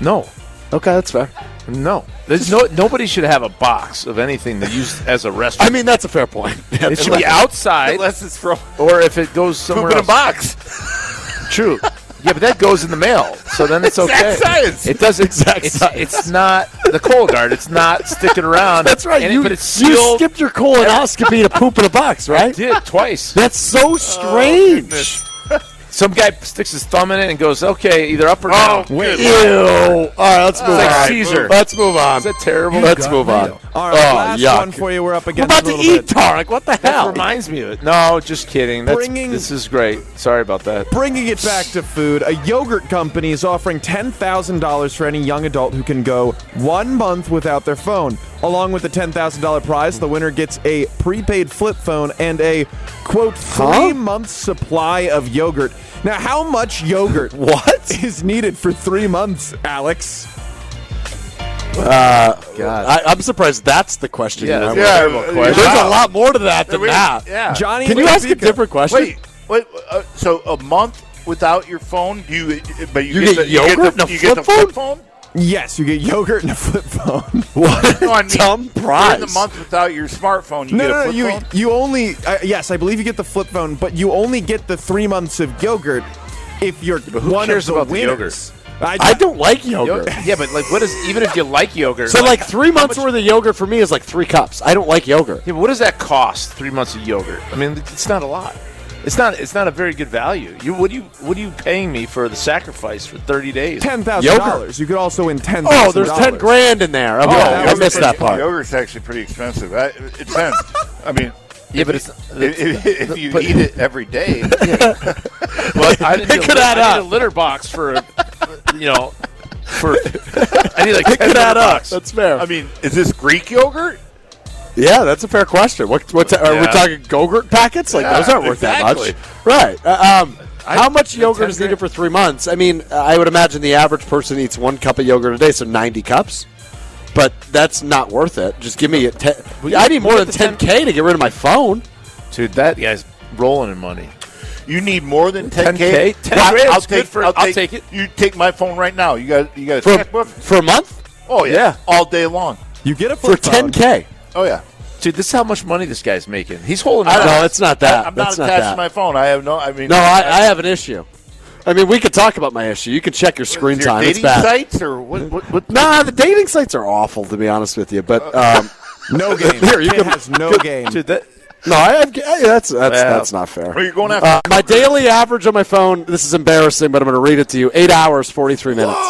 Speaker 6: No,
Speaker 5: Okay, that's fair.
Speaker 6: No, there's no nobody should have a box of anything to use as a
Speaker 5: I
Speaker 6: restaurant.
Speaker 5: mean, that's a fair point.
Speaker 6: it should be outside,
Speaker 4: Unless it's from
Speaker 6: or if it goes
Speaker 4: poop
Speaker 6: somewhere
Speaker 4: in a
Speaker 6: else.
Speaker 4: box.
Speaker 6: True. Yeah, but that goes in the mail, so then it's
Speaker 4: Exact
Speaker 6: okay.
Speaker 4: science.
Speaker 6: It doesn't. it's, it's not the coal guard. It's not sticking around.
Speaker 5: That's right.
Speaker 6: And it-
Speaker 5: You,
Speaker 6: but it's
Speaker 5: you
Speaker 6: sealed.
Speaker 5: skipped your colonoscopy to poop in a box, right?
Speaker 6: Did twice.
Speaker 5: That's so
Speaker 6: Oh,
Speaker 5: strange.
Speaker 6: Some guy sticks his thumb in it and goes, "Okay, either up or
Speaker 4: Oh,
Speaker 6: down."
Speaker 4: wait.
Speaker 5: Ew. All right, let's move
Speaker 6: like
Speaker 5: on.
Speaker 6: Caesar.
Speaker 5: Let's move on.
Speaker 6: Is that terrible?
Speaker 5: Let's move on.
Speaker 9: All
Speaker 5: Oh,
Speaker 9: right, last
Speaker 5: yuck.
Speaker 9: one for you. We're up
Speaker 5: We're
Speaker 9: against
Speaker 5: about
Speaker 9: a
Speaker 5: to
Speaker 9: little
Speaker 5: eat
Speaker 9: bit.
Speaker 5: Tarek. What the
Speaker 6: That
Speaker 5: hell?
Speaker 6: reminds me of it. No, just kidding. That's,
Speaker 9: Bringing-
Speaker 6: this is great. Sorry about that.
Speaker 9: Bringing it back to food, a yogurt company is offering $10,000 for any young adult who can go one month without their phone. Along with the $10,000 prize, the winner gets a prepaid flip phone and a, quote, three month supply of yogurt. Now, how much yogurt
Speaker 5: What?
Speaker 9: is needed for three months, Alex? Uh,
Speaker 5: I, I'm surprised that's the question.
Speaker 6: Yeah,
Speaker 5: you
Speaker 6: that's
Speaker 5: remember.
Speaker 6: a
Speaker 4: Yeah,
Speaker 6: terrible
Speaker 4: uh,
Speaker 6: question.
Speaker 5: There's
Speaker 4: Wow.
Speaker 5: a lot more to that than
Speaker 4: Wait,
Speaker 5: that.
Speaker 4: Yeah.
Speaker 9: Johnny,
Speaker 5: Can you ask a
Speaker 9: Fonseca.
Speaker 5: different question?
Speaker 4: Wait, wait. Uh, so a month without your phone, do you? But you,
Speaker 5: You get
Speaker 4: the, you
Speaker 5: yogurt
Speaker 4: the,
Speaker 5: and a
Speaker 4: you get the
Speaker 5: flip
Speaker 4: flip phone.
Speaker 9: Yes, you get yogurt and a flip phone.
Speaker 5: What
Speaker 4: No, I mean,
Speaker 5: dumb
Speaker 4: You're
Speaker 5: prize.
Speaker 4: in the month without your smartphone, you
Speaker 9: No,
Speaker 4: get
Speaker 9: no,
Speaker 4: a
Speaker 9: no.
Speaker 4: flip
Speaker 9: You
Speaker 4: phone.
Speaker 9: you only uh, yes, I believe you get the flip phone, but you only get the three months of yogurt if you're
Speaker 6: who
Speaker 9: one
Speaker 6: cares
Speaker 9: of the
Speaker 6: about the yogurt?
Speaker 9: winners.
Speaker 5: I don't like yogurt.
Speaker 6: yeah, but like, what is even if you like yogurt?
Speaker 5: So like three months worth of yogurt for me is like three cups. I don't like yogurt.
Speaker 6: Yeah, but what does that cost? Three months of yogurt. I mean, it's not a lot. It's not. It's not a very good value. You what do you what are you paying me for the sacrifice for thirty days?
Speaker 9: ten thousand dollars. You could also win ten.
Speaker 5: Oh, there's ten grand in there. Okay,
Speaker 9: that
Speaker 5: I
Speaker 9: was
Speaker 5: missed that part.
Speaker 4: Oh, Yogurt's actually pretty expensive. I, it depends. I mean,
Speaker 6: Yeah, but it's.
Speaker 4: if, if, if you
Speaker 6: but-
Speaker 4: eat it every day,
Speaker 6: Well, I need
Speaker 5: It could
Speaker 6: a,
Speaker 5: add
Speaker 6: I need
Speaker 5: up.
Speaker 6: a litter box for, you know, for. I need like
Speaker 5: It could add up.
Speaker 6: bucks.
Speaker 5: That's fair.
Speaker 4: I mean, is this Greek yogurt?
Speaker 5: yeah, that's a fair question. What what are we
Speaker 6: Yeah.
Speaker 5: talking yogurt packets? Like
Speaker 6: Yeah,
Speaker 5: those aren't worth
Speaker 6: exactly.
Speaker 5: that much, right? Uh, um,
Speaker 6: I-
Speaker 5: how much
Speaker 6: yeah,
Speaker 5: yogurt
Speaker 6: 10
Speaker 5: is needed
Speaker 6: grand.
Speaker 5: for three months? I mean, I would imagine the average person eats one cup of yogurt a day, so ninety cups. But that's not worth it. Just give me a ten.
Speaker 6: Well,
Speaker 5: I
Speaker 6: you-
Speaker 5: need
Speaker 6: look
Speaker 5: more
Speaker 6: at
Speaker 5: than
Speaker 6: the 10
Speaker 5: ten k to get rid of my phone.
Speaker 6: Dude, that guy's rolling in money.
Speaker 4: You need more than 10K?
Speaker 6: 10K? 10
Speaker 4: I'll-
Speaker 6: grand's
Speaker 4: I'll,
Speaker 6: good
Speaker 4: take,
Speaker 6: for-
Speaker 4: I'll,
Speaker 6: I'll
Speaker 4: take,
Speaker 6: take it.
Speaker 4: You take my phone right now. You got you got a
Speaker 5: for
Speaker 4: checkbook?
Speaker 5: for a month
Speaker 4: Oh yeah.
Speaker 6: Yeah.
Speaker 4: all day long.
Speaker 9: You get a
Speaker 5: for
Speaker 9: flip
Speaker 5: ten
Speaker 9: phone.
Speaker 5: k.
Speaker 4: Oh yeah.
Speaker 6: Dude, this is how much money this guy's making. He's holding.
Speaker 5: I
Speaker 6: out.
Speaker 5: don't- No, it's not that.
Speaker 4: I, am not
Speaker 5: That's not
Speaker 4: attached
Speaker 5: that.
Speaker 4: to my phone. I have no. I mean,
Speaker 5: No, I, I have an issue. I mean, we could talk about my issue. You could check your screen
Speaker 4: your
Speaker 5: time. It's
Speaker 4: dating
Speaker 5: bad.
Speaker 4: sites or what? What? what
Speaker 5: Nah, the dating sites are awful, to be honest with you. But
Speaker 4: Uh,
Speaker 5: um,
Speaker 9: No game.
Speaker 5: Here, you
Speaker 9: It
Speaker 5: can-
Speaker 9: has no game.
Speaker 6: Dude, that,
Speaker 5: no, I, I've, I, that's that's that's not
Speaker 4: are
Speaker 5: fair.
Speaker 4: you going after?
Speaker 5: Uh, my daily average on my phone. This is embarrassing, but I'm going to read it to you. Eight hours, forty-three minutes.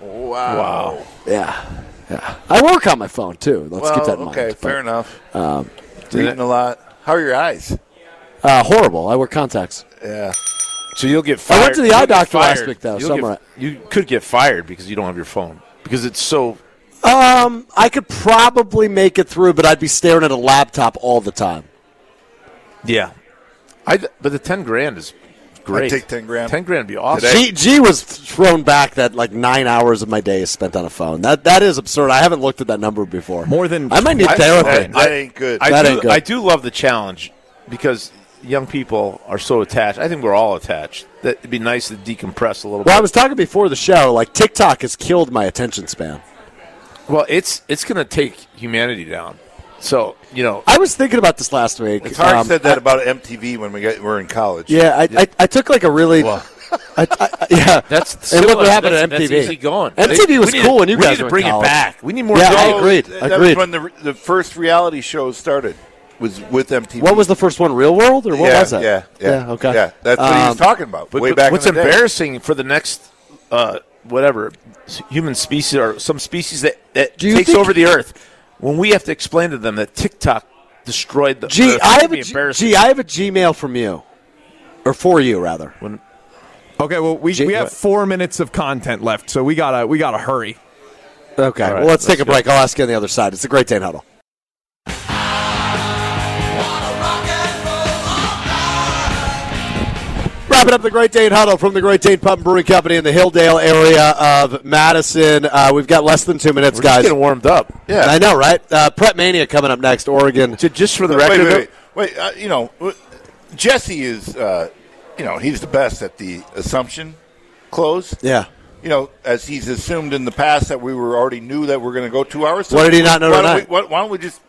Speaker 6: wow.
Speaker 5: Yeah, yeah. I work on my phone too. Let's
Speaker 4: well,
Speaker 5: keep that in mind.
Speaker 4: okay, fair
Speaker 5: But, um,
Speaker 4: enough. Reading a lot. How are your eyes?
Speaker 5: Uh, horrible. I wear contacts.
Speaker 4: Yeah.
Speaker 6: So you'll get fired.
Speaker 5: went to the
Speaker 6: You'll
Speaker 5: eye
Speaker 6: get
Speaker 5: doctor last
Speaker 6: fired.
Speaker 5: week, though,
Speaker 6: You'll
Speaker 5: so I'm
Speaker 6: get-
Speaker 5: all right.
Speaker 6: you could get fired because you don't have your phone because it's so.
Speaker 5: Um, I could probably make it through, but I'd be staring at a laptop all the time.
Speaker 6: Yeah. I th- but the ten grand is great.
Speaker 4: I'd take 10 grand.
Speaker 6: Ten grand would be awesome.
Speaker 5: G, G was thrown back that like nine hours of my day is spent on a phone. That that is absurd. I haven't looked at that number before.
Speaker 9: More than-
Speaker 5: I might need
Speaker 6: I-
Speaker 5: therapy.
Speaker 4: That ain't good.
Speaker 6: I
Speaker 5: That
Speaker 6: do,
Speaker 5: ain't good.
Speaker 6: I do love the challenge because young people are so attached. I think we're all attached. That it'd be nice to decompress a little
Speaker 5: well, I
Speaker 6: bit.
Speaker 5: was talking before the show. Like TikTok has killed my attention span.
Speaker 6: well, it's it's going to take humanity down. So you know,
Speaker 5: I was thinking about this last week.
Speaker 4: Tarek
Speaker 5: Um,
Speaker 4: said that about MTV when we got, were in college.
Speaker 5: yeah, I, I, I took like a really. I, I, I- yeah,
Speaker 6: That's
Speaker 5: and look
Speaker 6: similar.
Speaker 5: what happened
Speaker 6: That's-
Speaker 5: at MTV.
Speaker 6: that's easy going. They-
Speaker 5: MTV was
Speaker 6: we need
Speaker 5: cool
Speaker 6: to-
Speaker 5: when you
Speaker 6: we
Speaker 5: guys
Speaker 6: need to
Speaker 5: were in
Speaker 6: bring it
Speaker 5: college.
Speaker 6: back. We need more
Speaker 5: Yeah, I
Speaker 6: jobs.
Speaker 5: agree. agreed,
Speaker 4: That
Speaker 5: agreed.
Speaker 4: was when the, the first reality show started. Was with MTV.
Speaker 5: What was the first one? Real World or what
Speaker 4: yeah,
Speaker 5: was it?
Speaker 4: Yeah, yeah,
Speaker 5: okay.
Speaker 4: Yeah, that's what he was
Speaker 5: Um,
Speaker 4: talking about.
Speaker 6: But,
Speaker 4: way
Speaker 6: but
Speaker 4: back.
Speaker 6: what's
Speaker 4: in the day.
Speaker 6: embarrassing for the next uh, whatever s- human species or some species that, that
Speaker 5: Do you
Speaker 6: takes
Speaker 5: think-
Speaker 6: over the earth when we have to explain to them that TikTok destroyed the
Speaker 5: G,
Speaker 6: earth,
Speaker 5: I
Speaker 6: it'd
Speaker 5: have
Speaker 6: be
Speaker 5: a G,
Speaker 6: embarrassing.
Speaker 5: G, I have a Gmail from you, or for you rather.
Speaker 9: Okay, well we,
Speaker 5: Jake,
Speaker 9: we have
Speaker 5: what?
Speaker 9: four minutes of content left, so we gotta we gotta hurry.
Speaker 5: Okay,
Speaker 6: right,
Speaker 5: well let's take
Speaker 6: let's
Speaker 5: a
Speaker 6: go.
Speaker 5: break. I'll ask you on the other side. It's a great day huddle. Wrapping up the Great Dane Huddle from the Great Dane Pub and Brewing Company in the Hilldale area of Madison. Uh, we've got less than two minutes,
Speaker 6: We're just
Speaker 5: guys.
Speaker 6: getting warmed up.
Speaker 4: Yeah.
Speaker 5: I know, right? Uh, Prep Mania coming up next. Oregon.
Speaker 6: So just for the
Speaker 4: Wait,
Speaker 6: record,
Speaker 4: wait, wait, wait. Uh, you know, w- Jesse is, uh, you know, he's the best at the assumption close.
Speaker 5: Yeah.
Speaker 4: You know, as he's assumed in the past that we were already knew that we're going to go two hours. So
Speaker 5: What did he not know
Speaker 4: why don't
Speaker 5: tonight?
Speaker 4: We, why, why don't we just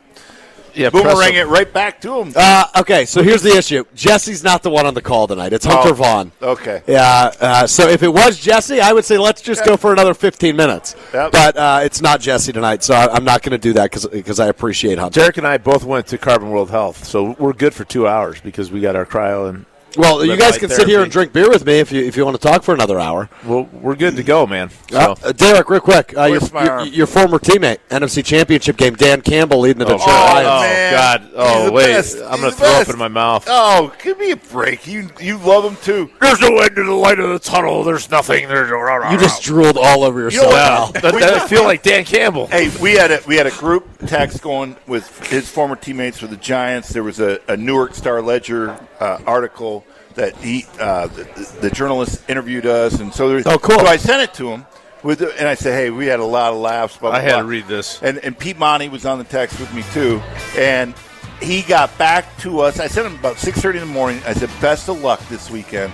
Speaker 6: yeah, press
Speaker 4: boomerang
Speaker 6: them.
Speaker 4: it right back to him?
Speaker 5: Uh, okay, so here's the issue. Jesse's not the one on the call tonight. It's Hunter
Speaker 4: Oh,
Speaker 5: Vaughn.
Speaker 4: okay.
Speaker 5: Yeah. Uh, so if it was Jesse, I would say let's just go for another 15 minutes.
Speaker 4: Yep.
Speaker 5: But uh, it's not Jesse tonight, so I, I'm not going to do that because I appreciate Hunter.
Speaker 6: Derek and I both went to Carbon World Health, so we're good for two hours because we got our cryo and
Speaker 5: Well, you
Speaker 6: Red
Speaker 5: guys
Speaker 6: light
Speaker 5: can sit here
Speaker 6: therapy.
Speaker 5: and drink beer with me if you if you want to talk for another hour.
Speaker 6: well, we're good to go, man.
Speaker 5: Uh,
Speaker 6: So.
Speaker 5: uh, Derek, real quick, uh, your,
Speaker 4: Where's my
Speaker 5: your-
Speaker 4: arm?
Speaker 5: your former teammate, NFC Championship game, Dan Campbell leading the Detroit
Speaker 6: oh,
Speaker 5: Lions.
Speaker 4: man.
Speaker 6: God. Oh,
Speaker 4: He's the
Speaker 6: wait.
Speaker 4: best.
Speaker 6: I'm
Speaker 4: He's
Speaker 6: gonna
Speaker 4: the
Speaker 6: throw up
Speaker 4: best.
Speaker 6: in my mouth.
Speaker 4: Oh, give me a break. You you love him too.
Speaker 6: There's no end to the light of the tunnel. There's nothing. There's
Speaker 3: oh,
Speaker 5: You just drooled all over
Speaker 4: know
Speaker 5: yourself.
Speaker 4: what?
Speaker 5: Al.
Speaker 6: Wow. That, that feel like Dan Campbell.
Speaker 4: Hey, we had a we had a group text going with his former teammates for the Giants. There was a, a Newark Star Ledger uh, article that he uh, the, the journalist interviewed us, and so there,
Speaker 5: Oh, cool.
Speaker 4: So I sent it to him, With, and I said, hey, we had a lot of laughs. Blah, blah,
Speaker 10: I had to
Speaker 4: blah."
Speaker 10: read this.
Speaker 4: And, and Pete Monty was on the text with me, too. And he got back to us. I sent him about 6.30 in the morning. I said, best of luck this weekend.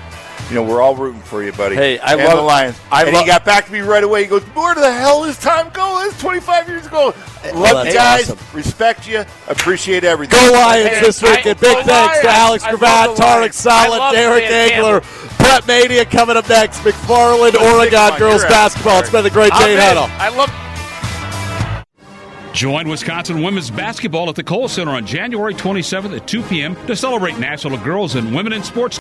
Speaker 4: You know, we're all rooting for you, buddy.
Speaker 10: Hey, I
Speaker 4: and
Speaker 10: love-
Speaker 4: the Lions.
Speaker 10: I
Speaker 4: and
Speaker 10: love-
Speaker 4: he got back to me right away. He goes, where the hell is time going? It's 25 years ago. Love you
Speaker 5: that's
Speaker 4: guys.
Speaker 5: awesome.
Speaker 4: Respect you. Appreciate everything.
Speaker 5: Go Lions
Speaker 3: Hey,
Speaker 5: this week.
Speaker 3: I-
Speaker 5: And big
Speaker 3: go
Speaker 5: thanks to
Speaker 3: Lions.
Speaker 5: Alex
Speaker 3: I love
Speaker 5: Gravatt,
Speaker 3: the Lions.
Speaker 5: Tarek
Speaker 3: I
Speaker 5: Solid,
Speaker 3: love
Speaker 5: Derek
Speaker 3: Dan
Speaker 5: Angler, Brett Mania coming up next. McFarland, Oregon
Speaker 4: on,
Speaker 5: girls
Speaker 4: you're out.
Speaker 5: basketball. It's been a great
Speaker 3: I'm
Speaker 5: day
Speaker 3: in.
Speaker 5: huddle.
Speaker 3: I love
Speaker 9: Join Wisconsin women's basketball at the Cole Center on January 27th at 2 p.m. to celebrate National Girls and Women in Sports